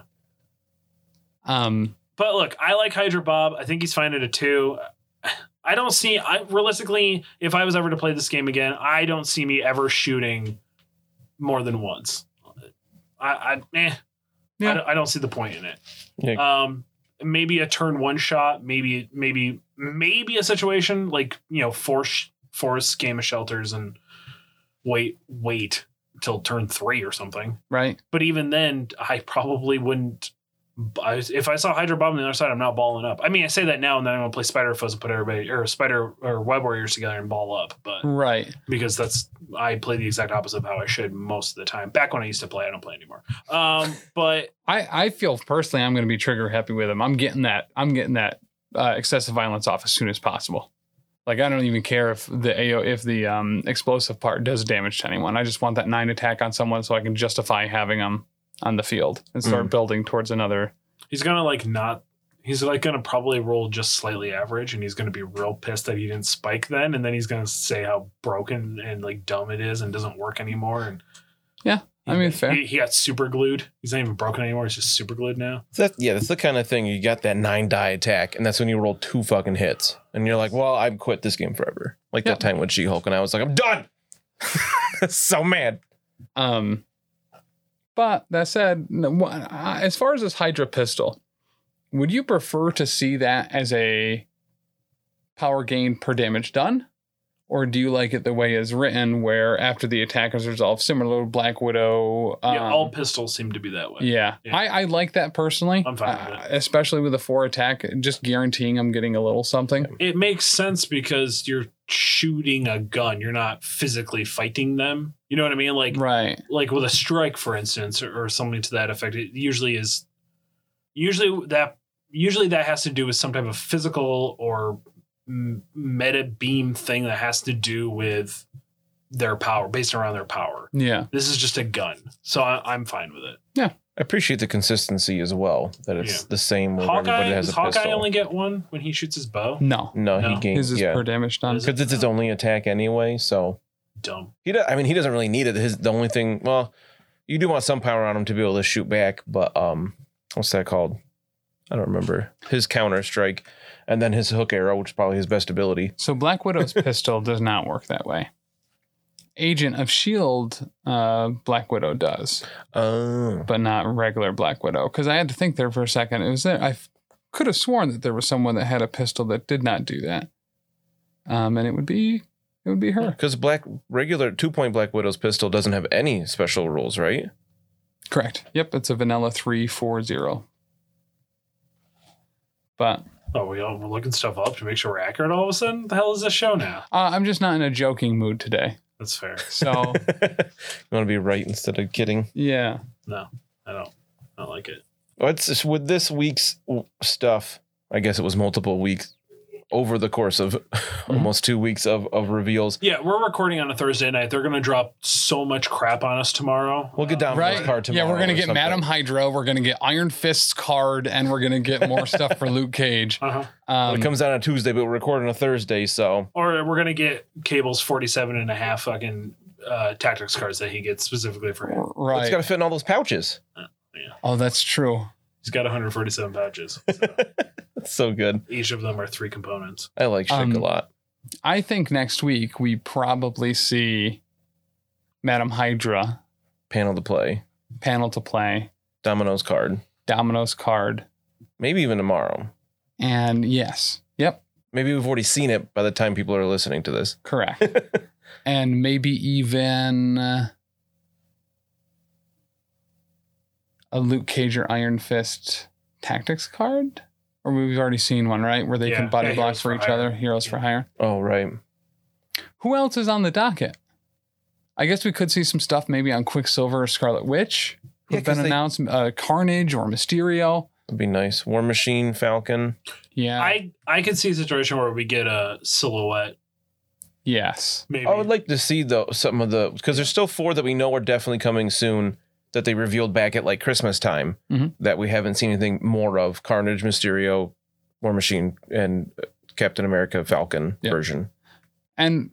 [SPEAKER 1] Um
[SPEAKER 2] But look, I like Hydra Bob. I think he's fine at a two. I don't see. I realistically, if I was ever to play this game again, I don't see me ever shooting more than once. I, I, eh, I,
[SPEAKER 1] Yeah.
[SPEAKER 2] don't, I don't see the point in it.
[SPEAKER 3] Yeah.
[SPEAKER 2] Um, maybe a turn one shot. Maybe, maybe, maybe a situation like you know, force force game of shelters and wait, wait till turn three or something
[SPEAKER 1] right.
[SPEAKER 2] but even then, I probably wouldn't. I, if I saw Hydra Bomb on the other side, I'm not balling up. I mean, I say that now, and then I'm gonna play Spider Foes and put everybody or Spider or Web Warriors together and ball up. But
[SPEAKER 1] Right.
[SPEAKER 2] because that's I play the exact opposite of how I should most of the time. Back when I used to play, I don't play anymore. Um, but
[SPEAKER 1] I, I feel personally I'm gonna be trigger happy with him. I'm getting that I'm getting that uh, excessive violence off as soon as possible. Like I don't even care if the AO if the um, explosive part does damage to anyone. I just want that nine attack on someone so I can justify having them on the field and start
[SPEAKER 3] Mm.
[SPEAKER 1] building towards another
[SPEAKER 2] he's gonna like not. He's like gonna probably roll just slightly average, and he's gonna be real pissed that he didn't spike then, and then he's gonna say how broken and like dumb it is and doesn't work anymore. And
[SPEAKER 1] Yeah, I mean, fair.
[SPEAKER 2] He, he got super glued. He's not even broken anymore. He's just super glued now.
[SPEAKER 3] So that's, yeah, that's the kind of thing you got that nine die attack, and that's when you roll two fucking hits, and you're like, "Well, I've quit this game forever." Like
[SPEAKER 1] Yeah.
[SPEAKER 3] that time with She-Hulk, and I was like, "I'm done." [laughs] so mad.
[SPEAKER 1] Um, but that said, no, wha- uh, as far as this Hydra pistol, would you prefer to see that as a power gain per damage done? Or do you like it the way it's written, where after the attack is resolved, similar to Black Widow? Um,
[SPEAKER 2] yeah, all pistols seem to be that way.
[SPEAKER 1] yeah.
[SPEAKER 2] Yeah.
[SPEAKER 1] I, I like that personally.
[SPEAKER 2] I'm fine with
[SPEAKER 1] uh, Especially with a four attack, just guaranteeing I'm getting a little something.
[SPEAKER 2] It makes sense because you're shooting a gun. You're not physically fighting them. You know what I mean? Like
[SPEAKER 1] Right.
[SPEAKER 2] like with a strike, for instance, or, or something to that effect. It usually is usually that usually that has to do with some type of physical or m- meta beam thing that has to do with their power, based around their power.
[SPEAKER 1] Yeah.
[SPEAKER 2] This is just a gun, so I, I'm fine with it.
[SPEAKER 3] I appreciate the consistency as well. That it's
[SPEAKER 2] Yeah.
[SPEAKER 3] the same with everybody
[SPEAKER 2] Hawkeye,
[SPEAKER 3] that has
[SPEAKER 2] does
[SPEAKER 3] a
[SPEAKER 2] Hawkeye
[SPEAKER 3] pistol.
[SPEAKER 2] only get one when he shoots his bow?
[SPEAKER 1] No.
[SPEAKER 3] no,
[SPEAKER 2] No.
[SPEAKER 3] he gains
[SPEAKER 1] His is
[SPEAKER 3] yeah
[SPEAKER 1] per damage done.
[SPEAKER 2] Is it-
[SPEAKER 3] because it's his only attack anyway. So
[SPEAKER 2] Dumb.
[SPEAKER 3] he does. I mean, he doesn't really need it. His the only thing. Well, you do want some power on him to be able to shoot back, but um, what's that called? I don't remember his counter strike, and then his hook arrow, which is probably his best ability.
[SPEAKER 1] So Black Widow's pistol does not work that way. Agent of Shield, E uh, Black Widow does,
[SPEAKER 3] Oh,
[SPEAKER 1] but not regular Black Widow. Because I had to think there for a second. It was there. I f- could have sworn that there was someone that had a pistol that did not do that. Um, and it would be it would be her.
[SPEAKER 3] because black regular two point Black Widow's pistol doesn't have any special rules, right?
[SPEAKER 1] [laughs] Correct. Yep, it's a vanilla three four zero. But
[SPEAKER 2] Oh, we all, we're looking stuff up to make sure we're accurate all of a sudden? The hell is this show now?
[SPEAKER 1] uh, I'm just not in a joking mood today.
[SPEAKER 2] That's fair.
[SPEAKER 3] [laughs]
[SPEAKER 1] So
[SPEAKER 3] you want to be right instead of kidding.
[SPEAKER 1] yeah.
[SPEAKER 2] I don't I don't like it.
[SPEAKER 3] What's this, with this week's stuff? I guess it was multiple weeks over the course of [laughs]
[SPEAKER 1] Mm-hmm.
[SPEAKER 3] almost two weeks of, of reveals.
[SPEAKER 2] Yeah, we're recording on a Thursday night. They're going to drop so much crap on us tomorrow.
[SPEAKER 3] We'll get down
[SPEAKER 1] Right?
[SPEAKER 3] card tomorrow.
[SPEAKER 1] yeah, we're gonna
[SPEAKER 3] or
[SPEAKER 1] get
[SPEAKER 3] something.
[SPEAKER 1] Madam Hydro, we're gonna get Iron Fist's card, and we're gonna get more stuff for Luke
[SPEAKER 3] [laughs]
[SPEAKER 1] Cage.
[SPEAKER 2] Uh huh.
[SPEAKER 1] Um,
[SPEAKER 3] it comes out on a Tuesday, but we're recording on a Thursday, so
[SPEAKER 2] Or we're going to get Cable's 47 and a half fucking uh, tactics cards that he gets specifically for him.
[SPEAKER 3] it's
[SPEAKER 1] right.
[SPEAKER 3] got to fit in all those pouches. [laughs]
[SPEAKER 1] oh, that's true.
[SPEAKER 2] He's got 147 pouches. So
[SPEAKER 3] That's so good.
[SPEAKER 2] each of them are three components.
[SPEAKER 3] I like Shrek
[SPEAKER 1] Um,
[SPEAKER 3] a lot.
[SPEAKER 1] I think next week we probably see Madam Hydra
[SPEAKER 3] Panel to play,
[SPEAKER 1] panel to play,
[SPEAKER 3] Domino's card,
[SPEAKER 1] Domino's card,
[SPEAKER 3] maybe even tomorrow.
[SPEAKER 1] and yes, yep,
[SPEAKER 3] Maybe we've already seen it by the time people are listening to this.
[SPEAKER 2] [laughs]
[SPEAKER 1] correct, and maybe even uh, a Luke Cage or Iron Fist tactics card, or we've already seen one, right, where they
[SPEAKER 2] Yeah,
[SPEAKER 1] can body
[SPEAKER 2] yeah,
[SPEAKER 1] block
[SPEAKER 2] Heroes
[SPEAKER 1] for
[SPEAKER 2] for
[SPEAKER 1] each
[SPEAKER 2] Hire.
[SPEAKER 1] other, heroes for hire.
[SPEAKER 3] Oh right,
[SPEAKER 1] Who else is on the docket? I guess we could see some stuff maybe on Quicksilver or Scarlet Witch,
[SPEAKER 3] Yeah,
[SPEAKER 1] who've
[SPEAKER 3] 'cause
[SPEAKER 1] been
[SPEAKER 3] they-
[SPEAKER 1] announced, uh, Carnage or Mysterio.
[SPEAKER 3] that'd be nice. War Machine, Falcon.
[SPEAKER 1] Yeah.
[SPEAKER 2] I I could see a situation where we get a silhouette,
[SPEAKER 1] yes.
[SPEAKER 2] maybe.
[SPEAKER 3] I would like to see though some of the because there's still four that we know are definitely coming soon that they revealed back at like Christmas time
[SPEAKER 1] Mhm.
[SPEAKER 3] that we haven't seen anything more of. Carnage, Mysterio, War Machine, and uh, Captain America Falcon
[SPEAKER 1] Yeah.
[SPEAKER 3] version.
[SPEAKER 1] And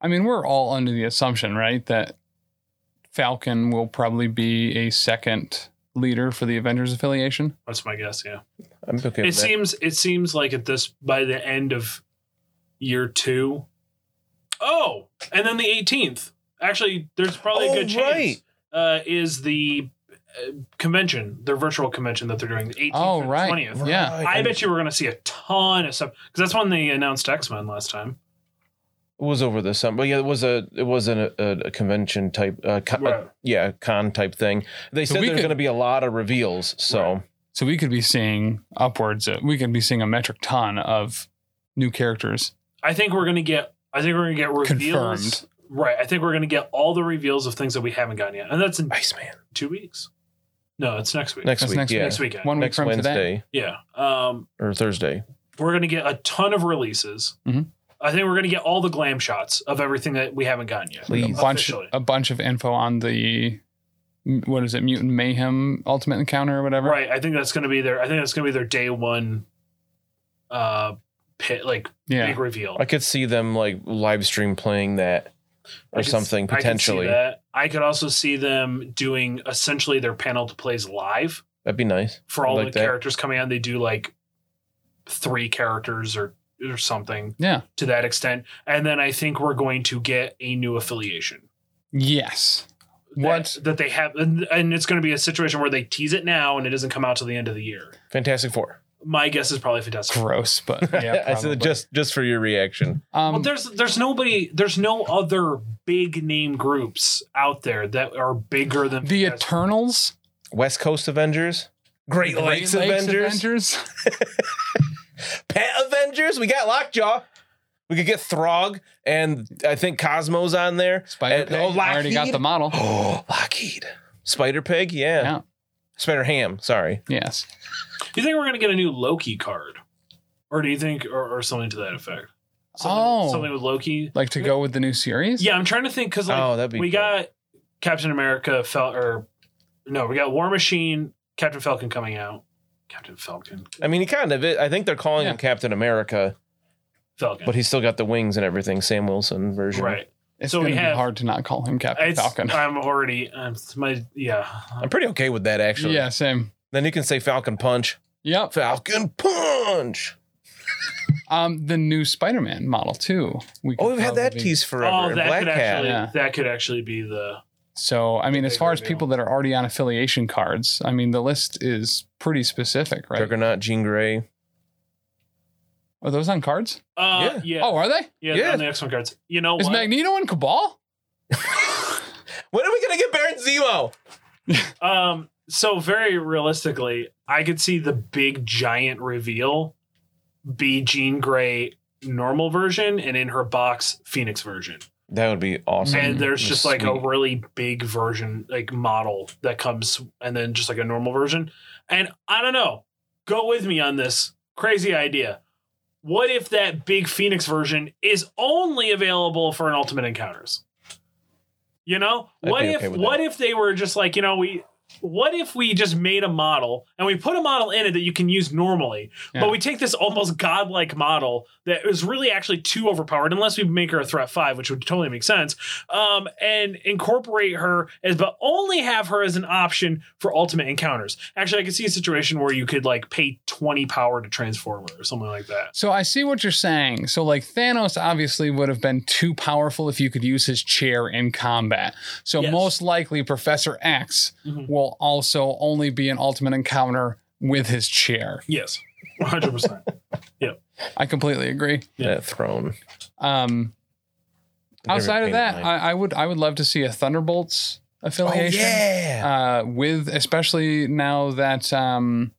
[SPEAKER 1] I mean, we're all under the assumption, right, that Falcon will probably be a second leader for the Avengers affiliation.
[SPEAKER 2] That's my guess. Yeah.
[SPEAKER 3] I'm okay
[SPEAKER 2] It
[SPEAKER 3] with that.
[SPEAKER 2] seems it seems like at this by the end of year two. Oh, and then the 18th. Actually, there's probably
[SPEAKER 3] Oh,
[SPEAKER 2] a good chance uh, is the uh, convention, their virtual convention that they're doing the 18th
[SPEAKER 1] Oh,
[SPEAKER 2] and
[SPEAKER 1] right.
[SPEAKER 2] 20th.
[SPEAKER 1] Yeah.
[SPEAKER 2] I bet you we're going to see a ton of stuff because that's when they announced X Men last time.
[SPEAKER 3] it was over the summer. But yeah, it was a it was an, a, a convention type, uh, con,
[SPEAKER 2] Right.
[SPEAKER 3] yeah, con type thing. They
[SPEAKER 1] So
[SPEAKER 3] said
[SPEAKER 1] we
[SPEAKER 3] there's
[SPEAKER 1] could-
[SPEAKER 3] going to be a lot of reveals. So
[SPEAKER 1] So we could be seeing upwards, of, we could be seeing a metric ton of new characters
[SPEAKER 2] I think we're going to get. I think we're going to get reveals.
[SPEAKER 1] confirmed.
[SPEAKER 2] Right. I think we're going to get all the reveals of things that we haven't gotten yet, and that's in
[SPEAKER 3] Iceman
[SPEAKER 2] two weeks. No, it's next week.
[SPEAKER 3] next
[SPEAKER 1] That's
[SPEAKER 3] week,
[SPEAKER 1] next
[SPEAKER 3] yeah,
[SPEAKER 2] Next weekend.
[SPEAKER 1] One week
[SPEAKER 3] next
[SPEAKER 1] from today.
[SPEAKER 3] Wednesday
[SPEAKER 2] yeah. Um,
[SPEAKER 3] or Thursday.
[SPEAKER 2] we're going to get a ton of releases.
[SPEAKER 3] Mm-hmm.
[SPEAKER 1] Mhm.
[SPEAKER 2] I think we're going to get all the glam shots of everything that we haven't gotten yet.
[SPEAKER 1] A
[SPEAKER 3] Please.
[SPEAKER 1] bunch,
[SPEAKER 2] Officially.
[SPEAKER 1] a bunch of info on the, what is it, Mutant Mayhem Ultimate Encounter or whatever.
[SPEAKER 2] Right. I think that's going to be their. I think that's going to be their day one. Uh, pit like
[SPEAKER 1] Yeah.
[SPEAKER 2] big reveal
[SPEAKER 3] I could see them like live stream playing that
[SPEAKER 2] I
[SPEAKER 3] or
[SPEAKER 2] could-
[SPEAKER 3] something
[SPEAKER 2] I could see
[SPEAKER 3] potentially. that.
[SPEAKER 2] that. I could also see them doing essentially their panel to plays live
[SPEAKER 3] would be nice.
[SPEAKER 2] for all
[SPEAKER 3] Like
[SPEAKER 2] the
[SPEAKER 3] that.
[SPEAKER 2] characters coming out. They do like three characters or or something
[SPEAKER 1] Yeah.
[SPEAKER 2] to that extent, and then I think we're going to get a new affiliation.
[SPEAKER 1] Yes. What?
[SPEAKER 2] that, that they have and, and it's going to be a situation where they tease it now and it doesn't come out till the end of the year
[SPEAKER 3] Fantastic Four.
[SPEAKER 2] my guess is probably fantastic Four.
[SPEAKER 1] Gross, but [laughs] yeah.
[SPEAKER 3] [laughs] I said
[SPEAKER 1] probably.
[SPEAKER 3] just just for your reaction.
[SPEAKER 1] Um,
[SPEAKER 2] well there's there's nobody there's no other big name groups out there that are bigger than
[SPEAKER 1] the
[SPEAKER 2] Fantastic Four.
[SPEAKER 1] Eternals,
[SPEAKER 3] West Coast Avengers, Great
[SPEAKER 1] Great
[SPEAKER 3] Lakes, Avengers,
[SPEAKER 1] Avengers.
[SPEAKER 3] Pet Avengers. We got Lockjaw. We could get Throg, and I think Cosmo's on there.
[SPEAKER 1] Spider
[SPEAKER 3] And-
[SPEAKER 1] Pig.
[SPEAKER 3] oh,
[SPEAKER 1] I already got the
[SPEAKER 3] Lockheed.
[SPEAKER 1] model.
[SPEAKER 3] Oh, [gasps] Lockheed. Spider Pig, yeah.
[SPEAKER 1] Yeah.
[SPEAKER 3] Spider Ham, sorry.
[SPEAKER 1] Yes.
[SPEAKER 2] do you think we're going to get a new loki card or do you think or, or something to that effect something,
[SPEAKER 1] Oh.
[SPEAKER 2] something with loki
[SPEAKER 1] Like to go with the new series?
[SPEAKER 2] yeah i'm trying to think because like,
[SPEAKER 3] oh, that'd be
[SPEAKER 2] we
[SPEAKER 3] cool.
[SPEAKER 2] got Captain America fell or no, we got War Machine, Captain Falcon coming out. Captain Falcon.
[SPEAKER 3] I mean, he kind of. I think they're calling him
[SPEAKER 1] Yeah.
[SPEAKER 3] Captain America,
[SPEAKER 2] Falcon.
[SPEAKER 3] but he's still got the wings and everything. Sam Wilson version,
[SPEAKER 2] right.
[SPEAKER 1] It's
[SPEAKER 2] So we
[SPEAKER 1] going to
[SPEAKER 2] have-
[SPEAKER 1] be hard to not call him Captain
[SPEAKER 2] It's,
[SPEAKER 1] Falcon.
[SPEAKER 2] I'm already I'm my yeah.
[SPEAKER 3] I'm pretty okay with that actually.
[SPEAKER 1] Yeah, same.
[SPEAKER 3] Then you can say Falcon Punch.
[SPEAKER 1] Yep.
[SPEAKER 3] Falcon Punch.
[SPEAKER 1] Um, the new Spider Man model, too. We
[SPEAKER 3] Oh,
[SPEAKER 1] could
[SPEAKER 3] we've had that
[SPEAKER 1] probably-
[SPEAKER 3] tease forever.
[SPEAKER 2] Oh,
[SPEAKER 3] and
[SPEAKER 2] that
[SPEAKER 3] Black
[SPEAKER 2] could
[SPEAKER 3] Cat.
[SPEAKER 2] actually
[SPEAKER 1] Yeah.
[SPEAKER 2] that could actually be the
[SPEAKER 1] So, I mean, as
[SPEAKER 2] Big
[SPEAKER 1] far as
[SPEAKER 2] reveal.
[SPEAKER 1] people that are already on affiliation cards, I mean, the list is pretty specific, right?
[SPEAKER 3] Juggernaut, Jean Grey. [laughs]
[SPEAKER 1] Are those on cards?
[SPEAKER 2] uh yeah.
[SPEAKER 3] Yeah.
[SPEAKER 2] Yeah,
[SPEAKER 1] Oh, are they?
[SPEAKER 2] they're
[SPEAKER 3] yeah.
[SPEAKER 2] on the X Men cards. You know
[SPEAKER 1] Is
[SPEAKER 2] what?
[SPEAKER 1] Magneto in Cabal?
[SPEAKER 3] When are we gonna get Baron Zemo?
[SPEAKER 2] um so very realistically, I could see the big giant reveal be Jean Grey normal version and in her box Phoenix version.
[SPEAKER 3] That would be awesome.
[SPEAKER 2] and there's just like a
[SPEAKER 3] Mm-hmm. Sweet.
[SPEAKER 2] really big version like model that comes and then just like a normal version and i don't know go with me on this crazy idea what if that big Phoenix version is only available for an Ultimate Encounters? You know,
[SPEAKER 3] I'd
[SPEAKER 2] what
[SPEAKER 3] be
[SPEAKER 2] if
[SPEAKER 3] okay with
[SPEAKER 2] what if they were just like you know we. What if we just made a model and we put a model in it that you can use normally,
[SPEAKER 1] Yeah.
[SPEAKER 2] but we take this almost godlike model that is really actually too overpowered, unless we make her a threat five, which would totally make sense, um, and incorporate her as, but only have her as an option for ultimate encounters. Actually, I could see a situation where you could like pay twenty power to transform her or something like that.
[SPEAKER 1] So I see what you're saying. So like Thanos obviously would have been too powerful if you could use his chair in combat. So
[SPEAKER 2] Yes.
[SPEAKER 1] most likely Professor X
[SPEAKER 2] Mhm.
[SPEAKER 1] will also only be an ultimate encounter with his chair.
[SPEAKER 2] Yes, one hundred percent.
[SPEAKER 1] I completely agree.
[SPEAKER 2] Yeah.
[SPEAKER 3] That throne.
[SPEAKER 1] Um outside of that, I, I would I would love to see a Thunderbolts affiliation.
[SPEAKER 3] Oh, yeah.
[SPEAKER 1] Uh, with especially now that um,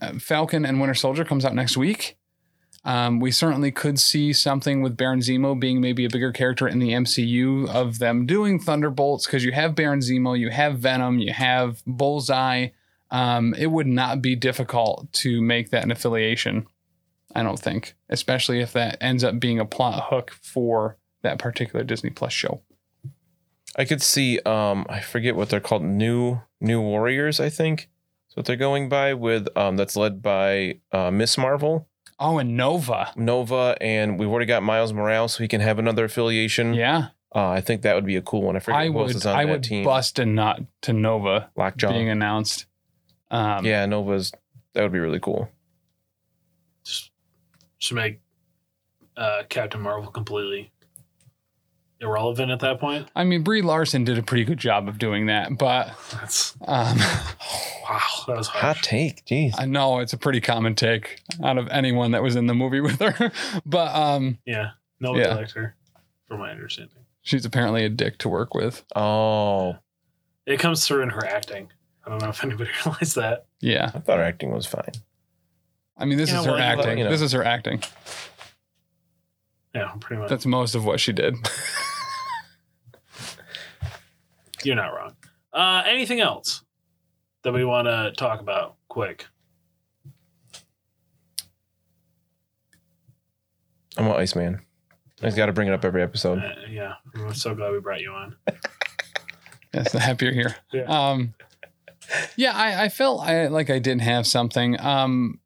[SPEAKER 1] uh, Falcon and Winter Soldier comes out next week, um, we certainly could see something with Baron Zemo being maybe a bigger character in the MCU of them doing Thunderbolts because you have Baron Zemo, you have Venom, you have Bullseye. Um, it would not be difficult to make that an affiliation, I don't think, especially if that ends up being a plot hook for that particular Disney Plus show.
[SPEAKER 3] I could see um I forget what they're called new new warriors I think that's what they're going by with um that's led by uh, Miss Marvel
[SPEAKER 1] Oh, and Nova.
[SPEAKER 3] Nova and we've already got Miles Morales so he can have another affiliation
[SPEAKER 1] Yeah.
[SPEAKER 3] uh, I think that would be a cool one I forget
[SPEAKER 1] I
[SPEAKER 3] who else is
[SPEAKER 1] would,
[SPEAKER 3] on
[SPEAKER 1] I
[SPEAKER 3] that
[SPEAKER 1] would
[SPEAKER 3] team
[SPEAKER 1] bust a nut to Nova
[SPEAKER 3] Lockjaw
[SPEAKER 1] being announced. Um,
[SPEAKER 3] yeah Nova's that would be really cool
[SPEAKER 2] Just should make uh, Captain Marvel completely irrelevant at that point.
[SPEAKER 1] I mean, Brie Larson did a pretty good job of doing that, but
[SPEAKER 2] That's
[SPEAKER 1] um, [laughs]
[SPEAKER 2] wow, that was
[SPEAKER 3] hot
[SPEAKER 2] harsh.
[SPEAKER 3] take jeez
[SPEAKER 1] I know it's a pretty common take out of anyone that was in the movie [laughs] with her. But um,
[SPEAKER 2] Yeah, no one
[SPEAKER 1] Yeah.
[SPEAKER 2] liked her, from my understanding.
[SPEAKER 1] she's apparently a dick to work with.
[SPEAKER 3] oh
[SPEAKER 2] It comes through in her acting. I don't know if [laughs] anybody realized that.
[SPEAKER 1] Yeah,
[SPEAKER 3] I thought her acting was fine
[SPEAKER 1] I mean, this
[SPEAKER 2] Yeah,
[SPEAKER 1] is her
[SPEAKER 2] well, you
[SPEAKER 1] acting.
[SPEAKER 3] know-
[SPEAKER 1] This is her acting.
[SPEAKER 2] Yeah, pretty much.
[SPEAKER 1] That's most of what she did. [laughs]
[SPEAKER 2] You're not wrong. Uh, anything else that we want to talk about quick?
[SPEAKER 3] I'm an Iceman I just got to bring it up every
[SPEAKER 2] Uh,
[SPEAKER 3] episode
[SPEAKER 2] yeah, I'm so glad we brought you on.
[SPEAKER 1] Yes, the happier here.
[SPEAKER 2] Yeah.
[SPEAKER 1] Um, yeah, I, I felt I, like I did have something. Um,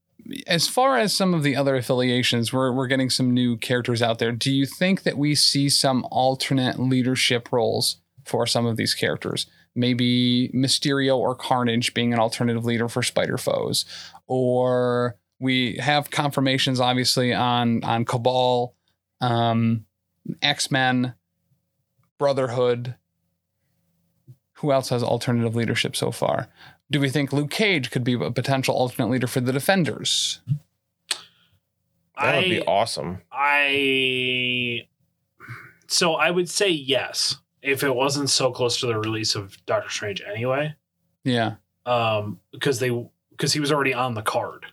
[SPEAKER 1] as far as some of the other affiliations, we're, we're getting some new characters out there. Do you think that we see some alternate leadership roles for some of these characters? Maybe Mysterio or Carnage being an alternative leader for Spider Foes, or we have confirmations obviously on on Cabal, um, X Men, Brotherhood who else has alternative leadership so far? Do we think Luke Cage could be a potential alternate leader for the Defenders?
[SPEAKER 3] that would be
[SPEAKER 2] I-
[SPEAKER 3] awesome
[SPEAKER 2] I so I would say yes if it wasn't so close to the release of Doctor Strange anyway,
[SPEAKER 1] Yeah,
[SPEAKER 2] um, because they because he was already on the card,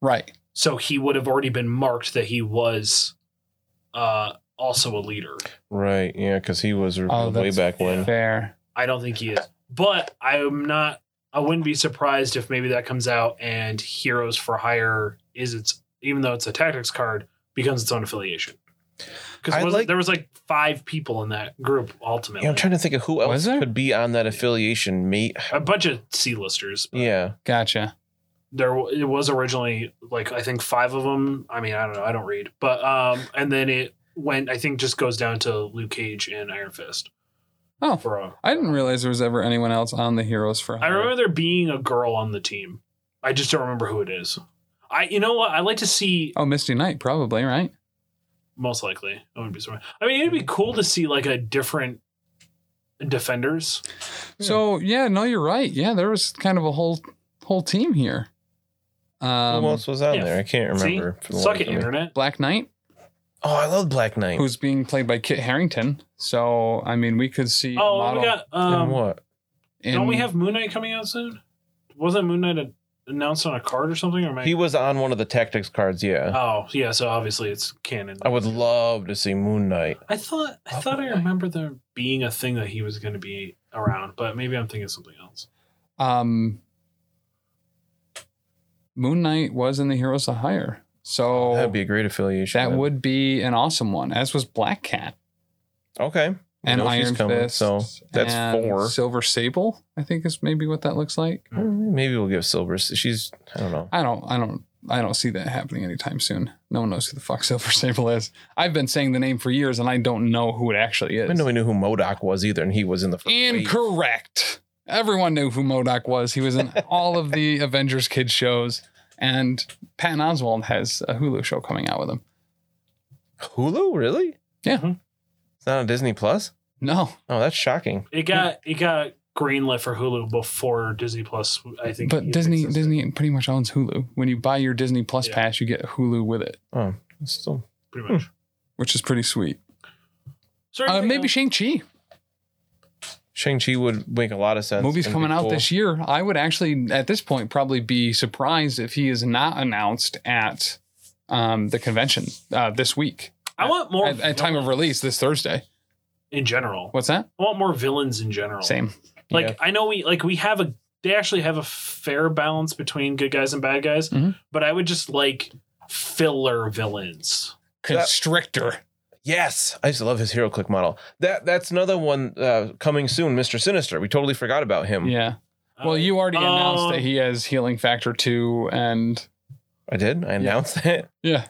[SPEAKER 1] right.
[SPEAKER 2] so he would have already been marked that he was uh, also a leader.
[SPEAKER 3] right yeah because he was way
[SPEAKER 1] Oh, that's-
[SPEAKER 3] back when
[SPEAKER 1] Fair.
[SPEAKER 2] I don't think he is, but I'm not. I wouldn't be surprised if maybe that comes out and Heroes for Hire is its even though it's a tactics card becomes its own affiliation.
[SPEAKER 3] I
[SPEAKER 2] Because
[SPEAKER 3] like-
[SPEAKER 2] there was like five people in that group ultimately.
[SPEAKER 3] Yeah, I'm trying to think of who
[SPEAKER 1] Was
[SPEAKER 3] else
[SPEAKER 1] there?
[SPEAKER 3] could be on that affiliation, mate.
[SPEAKER 2] a bunch of C-listers. but
[SPEAKER 3] Yeah,
[SPEAKER 1] Gotcha.
[SPEAKER 2] There w- it was originally like I think 5 of them. I mean, I don't know, I don't read. But um and then it went I think just goes down to Luke Cage and Iron Fist
[SPEAKER 1] Oh,
[SPEAKER 2] for uh, a,
[SPEAKER 1] I didn't realize there was ever anyone else on the Heroes for
[SPEAKER 2] I
[SPEAKER 1] Hire.
[SPEAKER 2] remember there being a girl on the team. I just don't remember who it is. I you know what? I'd like to see
[SPEAKER 1] Oh, Misty Knight, probably right.
[SPEAKER 2] most likely. I wouldn't be surprised. I mean, it'd be cool to see like a different defenders.
[SPEAKER 3] Yeah.
[SPEAKER 1] So yeah, no, you're right. Yeah, there was kind of a whole whole team here.
[SPEAKER 3] who
[SPEAKER 1] Um,
[SPEAKER 3] else was on
[SPEAKER 2] yeah.
[SPEAKER 3] there? I can't remember. for
[SPEAKER 2] see?
[SPEAKER 3] the
[SPEAKER 2] Suck
[SPEAKER 3] life
[SPEAKER 2] it,
[SPEAKER 3] of me.
[SPEAKER 2] internet.
[SPEAKER 1] Black Knight,
[SPEAKER 3] Oh, I love Black Knight.
[SPEAKER 1] who's being played by Kit Harrington. So I mean, we could see. a
[SPEAKER 2] Oh, we
[SPEAKER 1] model
[SPEAKER 2] got
[SPEAKER 3] and
[SPEAKER 2] um
[SPEAKER 3] what?
[SPEAKER 2] don't we
[SPEAKER 1] in-
[SPEAKER 2] have Moon Knight coming out soon? Wasn't Moon Knight a, announced on a card or something or am I-
[SPEAKER 3] He was on one of the tactics cards. Yeah,
[SPEAKER 2] Oh, yeah, so obviously it's canon.
[SPEAKER 3] I would love to see Moon Knight.
[SPEAKER 2] I thought I thought I remember there being a thing that he was going to be around, but maybe I'm thinking something else.
[SPEAKER 1] Um, Moon Knight was in the Heroes of Hire. So
[SPEAKER 3] Oh, That'd be a great affiliation.
[SPEAKER 1] that
[SPEAKER 3] then.
[SPEAKER 1] would be an awesome one, as was Black Cat
[SPEAKER 3] okay. You
[SPEAKER 1] and
[SPEAKER 3] know she's
[SPEAKER 1] Iron
[SPEAKER 3] coming,
[SPEAKER 1] Fist.
[SPEAKER 3] So that's
[SPEAKER 1] and
[SPEAKER 3] four.
[SPEAKER 1] Silver Sable, I think is maybe what that looks like.
[SPEAKER 3] Mm, Maybe we'll give Silver. She's I don't know.
[SPEAKER 1] I don't, I don't, I don't see that happening anytime soon. No one knows who the fuck [laughs] Silver Sable is. I've been saying the name for years, and I don't know who it actually
[SPEAKER 3] I
[SPEAKER 1] is.
[SPEAKER 3] didn't know we knew who Modoc was either, and he was in the first. wave.
[SPEAKER 1] Incorrect. Everyone knew who Modoc was. He was in all of the Avengers kids shows, and Patton Oswald has a Hulu show coming out with him.
[SPEAKER 3] Hulu, really?
[SPEAKER 1] Yeah.
[SPEAKER 2] Mhm.
[SPEAKER 3] It's not on Disney Plus.
[SPEAKER 1] No,
[SPEAKER 3] Oh, that's shocking.
[SPEAKER 2] It got it got greenlit for Hulu before Disney Plus. I think,
[SPEAKER 1] but
[SPEAKER 2] even
[SPEAKER 1] Disney
[SPEAKER 2] existed.
[SPEAKER 1] Disney pretty much owns Hulu. When you buy your Disney Plus
[SPEAKER 2] Yeah.
[SPEAKER 1] pass, you get Hulu with it,
[SPEAKER 3] Oh, it's still
[SPEAKER 2] pretty
[SPEAKER 3] Hmm.
[SPEAKER 2] much.
[SPEAKER 1] which is pretty sweet.
[SPEAKER 2] So
[SPEAKER 1] Uh,
[SPEAKER 2] anything
[SPEAKER 1] maybe
[SPEAKER 2] else?
[SPEAKER 1] Shang Chi
[SPEAKER 3] Shang Chi would make a lot of sense.
[SPEAKER 1] movies
[SPEAKER 3] It'd be
[SPEAKER 1] coming out
[SPEAKER 3] cool.
[SPEAKER 1] this year. I would actually at this point probably be surprised if he is not announced at um, the convention uh, this week
[SPEAKER 2] I want more
[SPEAKER 1] at, at time of release this Thursday.
[SPEAKER 2] in general.
[SPEAKER 1] What's that?
[SPEAKER 2] I want more villains in general.
[SPEAKER 1] Same.
[SPEAKER 2] Like
[SPEAKER 3] Yeah.
[SPEAKER 2] I know we like we have a they actually have a fair balance between good guys and bad guys,
[SPEAKER 1] Mhm.
[SPEAKER 2] but I would just like filler villains.
[SPEAKER 1] Constrictor.
[SPEAKER 3] Yes, I used to love his hero click model. That that's another one uh, coming soon. Mister Sinister. We totally forgot about him.
[SPEAKER 1] Yeah. Well,
[SPEAKER 2] Uh,
[SPEAKER 1] you already announced
[SPEAKER 2] um,
[SPEAKER 1] that he has healing factor two, and
[SPEAKER 3] I did. I announced [laughs] that.
[SPEAKER 1] yeah,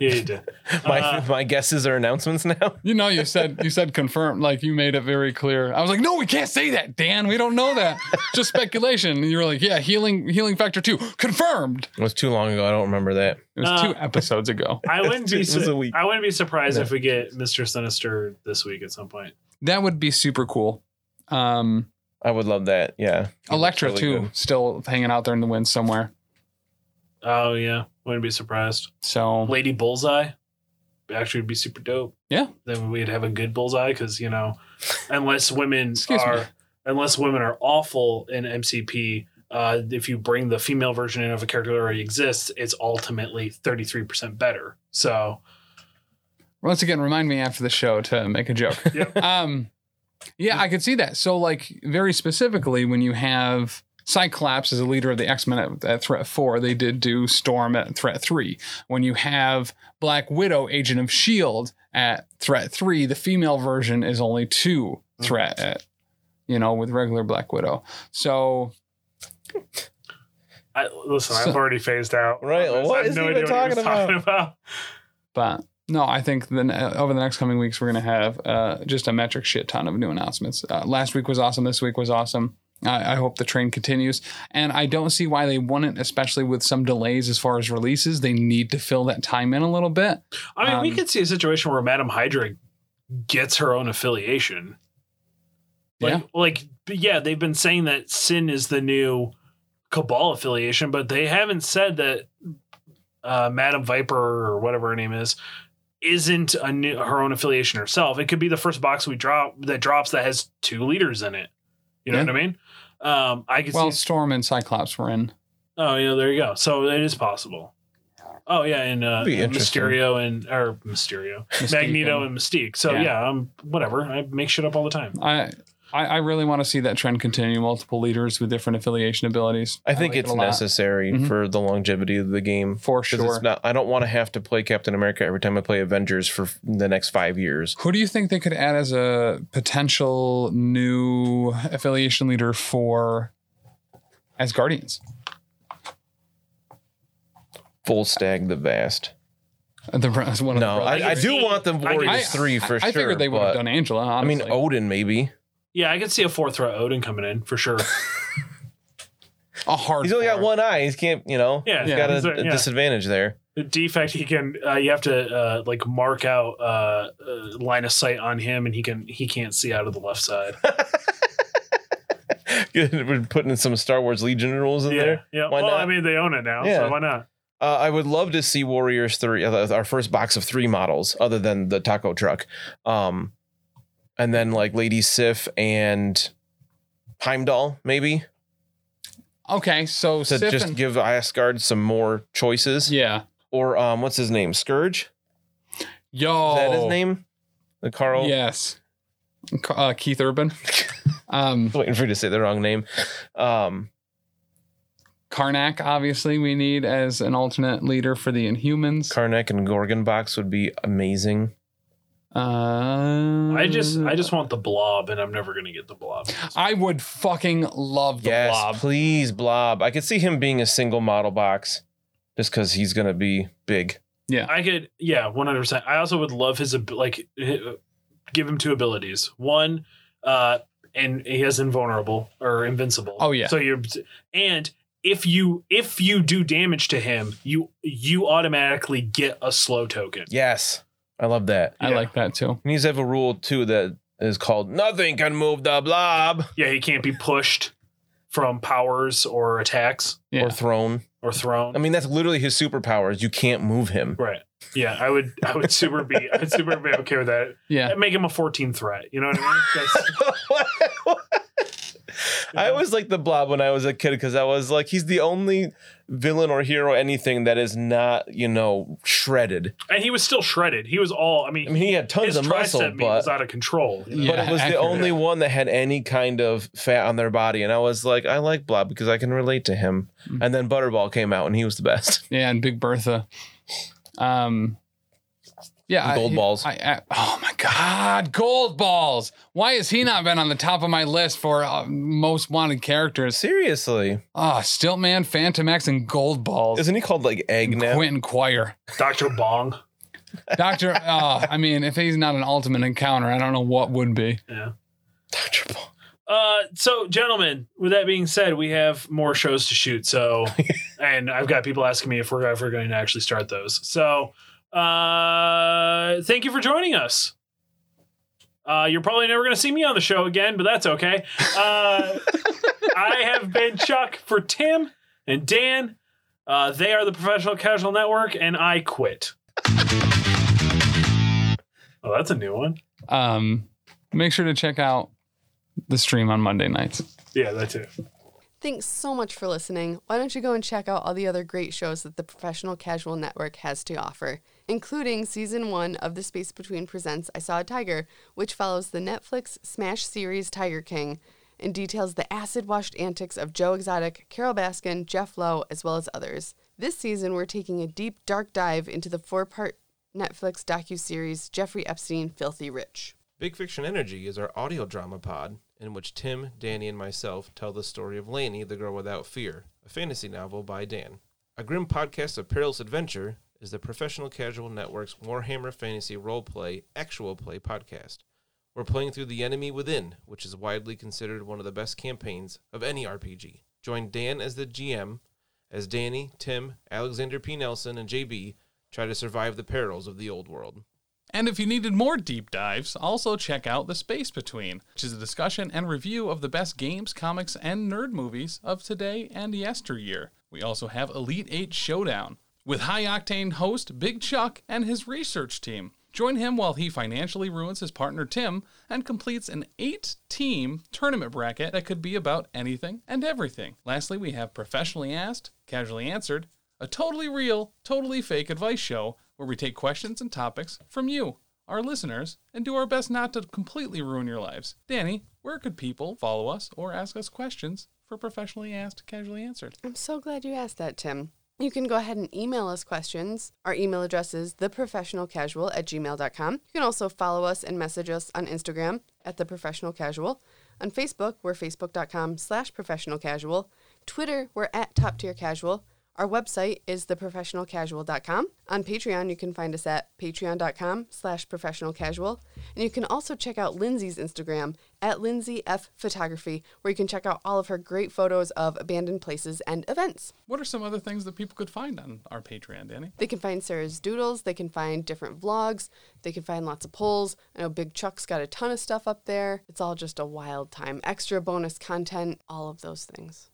[SPEAKER 2] yeah, you did.
[SPEAKER 3] My
[SPEAKER 2] Uh,
[SPEAKER 3] my guesses are announcements now. [laughs]
[SPEAKER 1] you know, you said you said confirmed, like you made it very clear. I was like, no, we can't say that, Dan. We don't know that. Just speculation. And you were like, yeah, healing healing factor two confirmed.
[SPEAKER 3] It was too long ago. I don't remember that.
[SPEAKER 1] It was
[SPEAKER 2] Uh,
[SPEAKER 1] two episodes ago.
[SPEAKER 3] [laughs]
[SPEAKER 2] I wouldn't be
[SPEAKER 3] It was a
[SPEAKER 2] su-
[SPEAKER 3] week.
[SPEAKER 2] I wouldn't be surprised
[SPEAKER 3] No.
[SPEAKER 2] if we get Mister Sinister this week at some point.
[SPEAKER 1] That would be super cool. Um,
[SPEAKER 3] I would love that. Yeah.
[SPEAKER 1] Electra
[SPEAKER 3] Really
[SPEAKER 1] too,
[SPEAKER 3] good.
[SPEAKER 1] still hanging out there in the wind somewhere.
[SPEAKER 2] Oh yeah, wouldn't be surprised.
[SPEAKER 1] So
[SPEAKER 2] Lady Bullseye actually would be super dope.
[SPEAKER 1] Yeah.
[SPEAKER 2] Then we'd have a good bullseye because you know, unless women
[SPEAKER 1] Excuse me.
[SPEAKER 2] are unless women are awful in MCP, uh, if you bring the female version in of a character that already exists, it's ultimately thirty three percent better.
[SPEAKER 3] [laughs]
[SPEAKER 2] So
[SPEAKER 1] once again, remind me after the show to make a joke.
[SPEAKER 2] Yep.
[SPEAKER 1] Um, yeah, I could see that. So, like, very specifically, when you have Cyclops as a leader of the X Men at, at Threat Four, they did do Storm at Threat Three. When you have Black Widow, Agent of Shield E at Threat Three, the female version is only two threat. At, you know, with regular Black Widow. So
[SPEAKER 2] I, listen,
[SPEAKER 1] So-
[SPEAKER 2] I've already phased out.
[SPEAKER 3] Right,
[SPEAKER 2] I
[SPEAKER 3] what
[SPEAKER 2] have
[SPEAKER 3] is he even
[SPEAKER 2] idea what he was
[SPEAKER 3] talking about?
[SPEAKER 2] about.
[SPEAKER 1] But no, I think then uh, over the next coming weeks we're gonna have uh, just a metric shit ton of new announcements. Uh, last week was awesome. This week was awesome. I, I hope the train continues, and I don't see why they wouldn't, especially with some delays as far as releases. They need to fill that time in a little bit.
[SPEAKER 2] I mean, we
[SPEAKER 1] Um,
[SPEAKER 2] could see a situation where Madame Hydra gets her own affiliation. Like, like, but yeah, they've been saying that Sin is the new Cabal affiliation, but they haven't said that uh, Madame Viper or whatever her name is isn't a new, her own affiliation herself. It could be the first box we drop that drops that has two leaders in it. You know
[SPEAKER 1] Yeah.
[SPEAKER 2] what I mean? Um, I could
[SPEAKER 1] Well,
[SPEAKER 2] see.
[SPEAKER 1] Storm and Cyclops were in.
[SPEAKER 2] Oh yeah, there you go. So it is possible. Oh yeah, and uh,
[SPEAKER 3] Be interesting.
[SPEAKER 2] Mysterio and or Mysterio,
[SPEAKER 1] Mystique
[SPEAKER 2] Magneto,
[SPEAKER 1] and-
[SPEAKER 2] and Mystique. So
[SPEAKER 1] Yeah.
[SPEAKER 2] yeah, um, whatever. I make shit up all the time.
[SPEAKER 1] I, I I really want to see that trend continue. Multiple leaders with different affiliation abilities.
[SPEAKER 3] I think
[SPEAKER 1] like it
[SPEAKER 3] it's
[SPEAKER 1] a lot.
[SPEAKER 3] necessary
[SPEAKER 1] Mhm.
[SPEAKER 3] for the longevity of the game.
[SPEAKER 1] for
[SPEAKER 3] Because
[SPEAKER 1] sure.
[SPEAKER 3] it's not. I don't want to have to play Captain America every time I play Avengers for f- the next five years.
[SPEAKER 1] Who do you think they could add as a potential new affiliation leader for as Guardians?
[SPEAKER 3] Full stag the vast.
[SPEAKER 1] The as one of
[SPEAKER 3] No,
[SPEAKER 1] the brothers.
[SPEAKER 3] I, I do want the Warriors three for
[SPEAKER 1] I,
[SPEAKER 3] sure.
[SPEAKER 1] I figured they would have
[SPEAKER 3] but-
[SPEAKER 1] done Angela.
[SPEAKER 3] I mean,
[SPEAKER 1] honestly.
[SPEAKER 3] Odin maybe.
[SPEAKER 2] Yeah, I could see a fourth threat Odin coming in for sure.
[SPEAKER 1] a hard.
[SPEAKER 3] oh, He's only got
[SPEAKER 1] four.
[SPEAKER 3] one eye. He can't. You know.
[SPEAKER 2] Yeah,
[SPEAKER 3] He's
[SPEAKER 1] Yeah.
[SPEAKER 3] got
[SPEAKER 2] he's
[SPEAKER 3] a,
[SPEAKER 2] a-
[SPEAKER 3] a
[SPEAKER 2] yeah.
[SPEAKER 3] disadvantage there. [laughs]
[SPEAKER 2] the defect he can uh, you have to uh, like mark out uh, uh, line of sight on him, and he can he can't see out of the left side.
[SPEAKER 3] Good. We're putting some Star Wars Legion rules in
[SPEAKER 2] yeah,
[SPEAKER 3] there.
[SPEAKER 2] yeah.
[SPEAKER 3] Why
[SPEAKER 2] well,
[SPEAKER 3] not?
[SPEAKER 2] I mean, they own it now,
[SPEAKER 3] Yeah.
[SPEAKER 2] so why not?
[SPEAKER 3] Uh, I would love to see Warriors three, uh, our first box of three models, other than the taco truck, um, and then like Lady Sif and Heimdall, maybe
[SPEAKER 1] Okay, so
[SPEAKER 3] to
[SPEAKER 1] Sif
[SPEAKER 3] just
[SPEAKER 1] and-
[SPEAKER 3] give Asgard some more choices.
[SPEAKER 1] yeah,
[SPEAKER 3] Or um, what's his name? Scourge.
[SPEAKER 1] yo,
[SPEAKER 3] Is that
[SPEAKER 2] Oh.
[SPEAKER 3] his name? The Carl.
[SPEAKER 1] Yes, Ca- uh, Keith
[SPEAKER 3] [laughs]
[SPEAKER 1] Urban, um,
[SPEAKER 3] Waiting for you to say the wrong name. Um,
[SPEAKER 1] Karnak, obviously, we need as an alternate leader for the Inhumans.
[SPEAKER 3] Karnak and Gorgon box would be amazing.
[SPEAKER 1] uh,
[SPEAKER 2] I just I just want the blob, and I'm never gonna get the blob.
[SPEAKER 1] I would fucking love the
[SPEAKER 3] yes,
[SPEAKER 1] blob.
[SPEAKER 3] please, Blob. I could see him being a single model box, just because he's gonna be big.
[SPEAKER 2] I could, yeah, one hundred percent. I also would love his ab- like uh, give him two abilities. One, uh, and he has invulnerable or invincible.
[SPEAKER 1] Oh, yeah.
[SPEAKER 2] So you're and if you if you do damage to him, you you automatically get a slow token.
[SPEAKER 3] Yes, I love that.
[SPEAKER 1] I
[SPEAKER 2] Yeah.
[SPEAKER 1] like that too.
[SPEAKER 3] He needs to have a rule too that is called "Nothing can move the Blob"
[SPEAKER 2] Yeah, he can't be pushed from powers or attacks
[SPEAKER 1] Yeah.
[SPEAKER 3] or thrown.
[SPEAKER 2] or thrown.
[SPEAKER 3] I mean, that's literally his superpowers. You can't move him. [laughs]
[SPEAKER 2] right. Yeah, I would I would super be I'd super be okay with that.
[SPEAKER 1] Yeah.
[SPEAKER 2] Make him a 14 threat. You know what I mean? That's-
[SPEAKER 3] [laughs] I always liked the Blob when I was a kid because I was like, he's the only villain or hero, anything that is not, you know, shredded.
[SPEAKER 2] and he was still shredded. He was all I mean,
[SPEAKER 3] I mean, he had tons
[SPEAKER 2] his
[SPEAKER 3] of
[SPEAKER 2] tricep
[SPEAKER 3] muscle,
[SPEAKER 2] meat
[SPEAKER 3] but
[SPEAKER 2] was out of control. you know?
[SPEAKER 1] Yeah,
[SPEAKER 3] but it was
[SPEAKER 1] accurate.
[SPEAKER 3] the only one that had any kind of fat on their body. And I was like, I like Blob because I can relate to him.
[SPEAKER 1] Mhm.
[SPEAKER 3] And then Butterball came out and he was the best. [laughs]
[SPEAKER 1] Yeah, and Big Bertha. Um, yeah,
[SPEAKER 3] Gold
[SPEAKER 1] I,
[SPEAKER 3] balls.
[SPEAKER 1] I, I- oh my God, gold balls! Why has he not been on the top of my list for uh, most wanted characters?
[SPEAKER 3] Seriously.
[SPEAKER 1] Ah, Stiltman, Phantom X, and Gold Balls.
[SPEAKER 3] Isn't he called like Egg
[SPEAKER 1] And
[SPEAKER 3] now?
[SPEAKER 1] Quentin Quire,
[SPEAKER 2] Dr. Bong.
[SPEAKER 3] [laughs]
[SPEAKER 1] Doctor. uh, I mean, if he's not an ultimate encounter, I don't know what would be.
[SPEAKER 2] Yeah.
[SPEAKER 3] Dr. Ball.
[SPEAKER 2] Uh, so, gentlemen, with that being said, we have more shows to shoot. So, and I've got people asking me if we're ever going to actually start those. So, uh, thank you for joining us. Uh, you're probably never going to see me on the show again, but that's okay. Uh, I have been Chuck for Tim and Dan. Uh, they are the Professional Casual Network, and I quit. oh, that's a new one.
[SPEAKER 1] Um, make sure to check out the stream on Monday nights.
[SPEAKER 2] Yeah, that's it.
[SPEAKER 4] Thanks so much for listening. Why don't you go and check out all the other great shows that the Professional Casual Network has to offer, including season one of The Space Between Presents I Saw a Tiger, which follows the Netflix smash series Tiger King and details the acid washed antics of Joe Exotic, Carol Baskin, Jeff Lowe, as well as others. This season, we're taking a deep, dark dive into the four part Netflix docuseries Jeffrey Epstein Filthy Rich.
[SPEAKER 5] Big Fiction Energy is our audio drama pod in which Tim, Danny, and myself tell the story of Laney, the Girl Without Fear, a fantasy novel by Dan. A grim podcast of perilous adventure is the Professional Casual Network's Warhammer Fantasy Roleplay Actual Play podcast. We're playing through The Enemy Within, which is widely considered one of the best campaigns of any RPG. Join Dan as the GM as Danny, Tim, Alexander P. Nelson, and JB try to survive the perils of the old world.
[SPEAKER 6] And if you needed more deep dives, also check out The Space Between, which is a discussion and review of the best games, comics, and nerd movies of today and yesteryear. We also have Elite 8 Showdown with high octane host Big Chuck and his research team. Join him while he financially ruins his partner Tim and completes an eight team tournament bracket that could be about anything and everything. Lastly, we have Professionally Asked, Casually Answered, a totally real, totally fake advice show where we take questions and topics from you, our listeners, and do our best not to completely ruin your lives. Danny, where could people follow us or ask us questions for professionally asked, casually answered?
[SPEAKER 4] I'm so glad you asked that, Tim. You can go ahead and email us questions. Our email address is theprofessionalcasual at gmail.com. You can also follow us and message us on Instagram at theprofessionalcasual. On Facebook, we're facebook.com slash professionalcasual. Twitter, we're at top tier casual. Our website is theprofessionalcasual.com. On Patreon, you can find us at patreon.com slash professionalcasual. And you can also check out Lindsay's Instagram at Lindsay F Photography, where you can check out all of her great photos of abandoned places and events.
[SPEAKER 6] What are some other things that people could find on our Patreon, Danny?
[SPEAKER 4] They can find Sarah's doodles, they can find different vlogs, they can find lots of polls. I know Big Chuck's got a ton of stuff up there. It's all just a wild time. Extra bonus content, all of those things.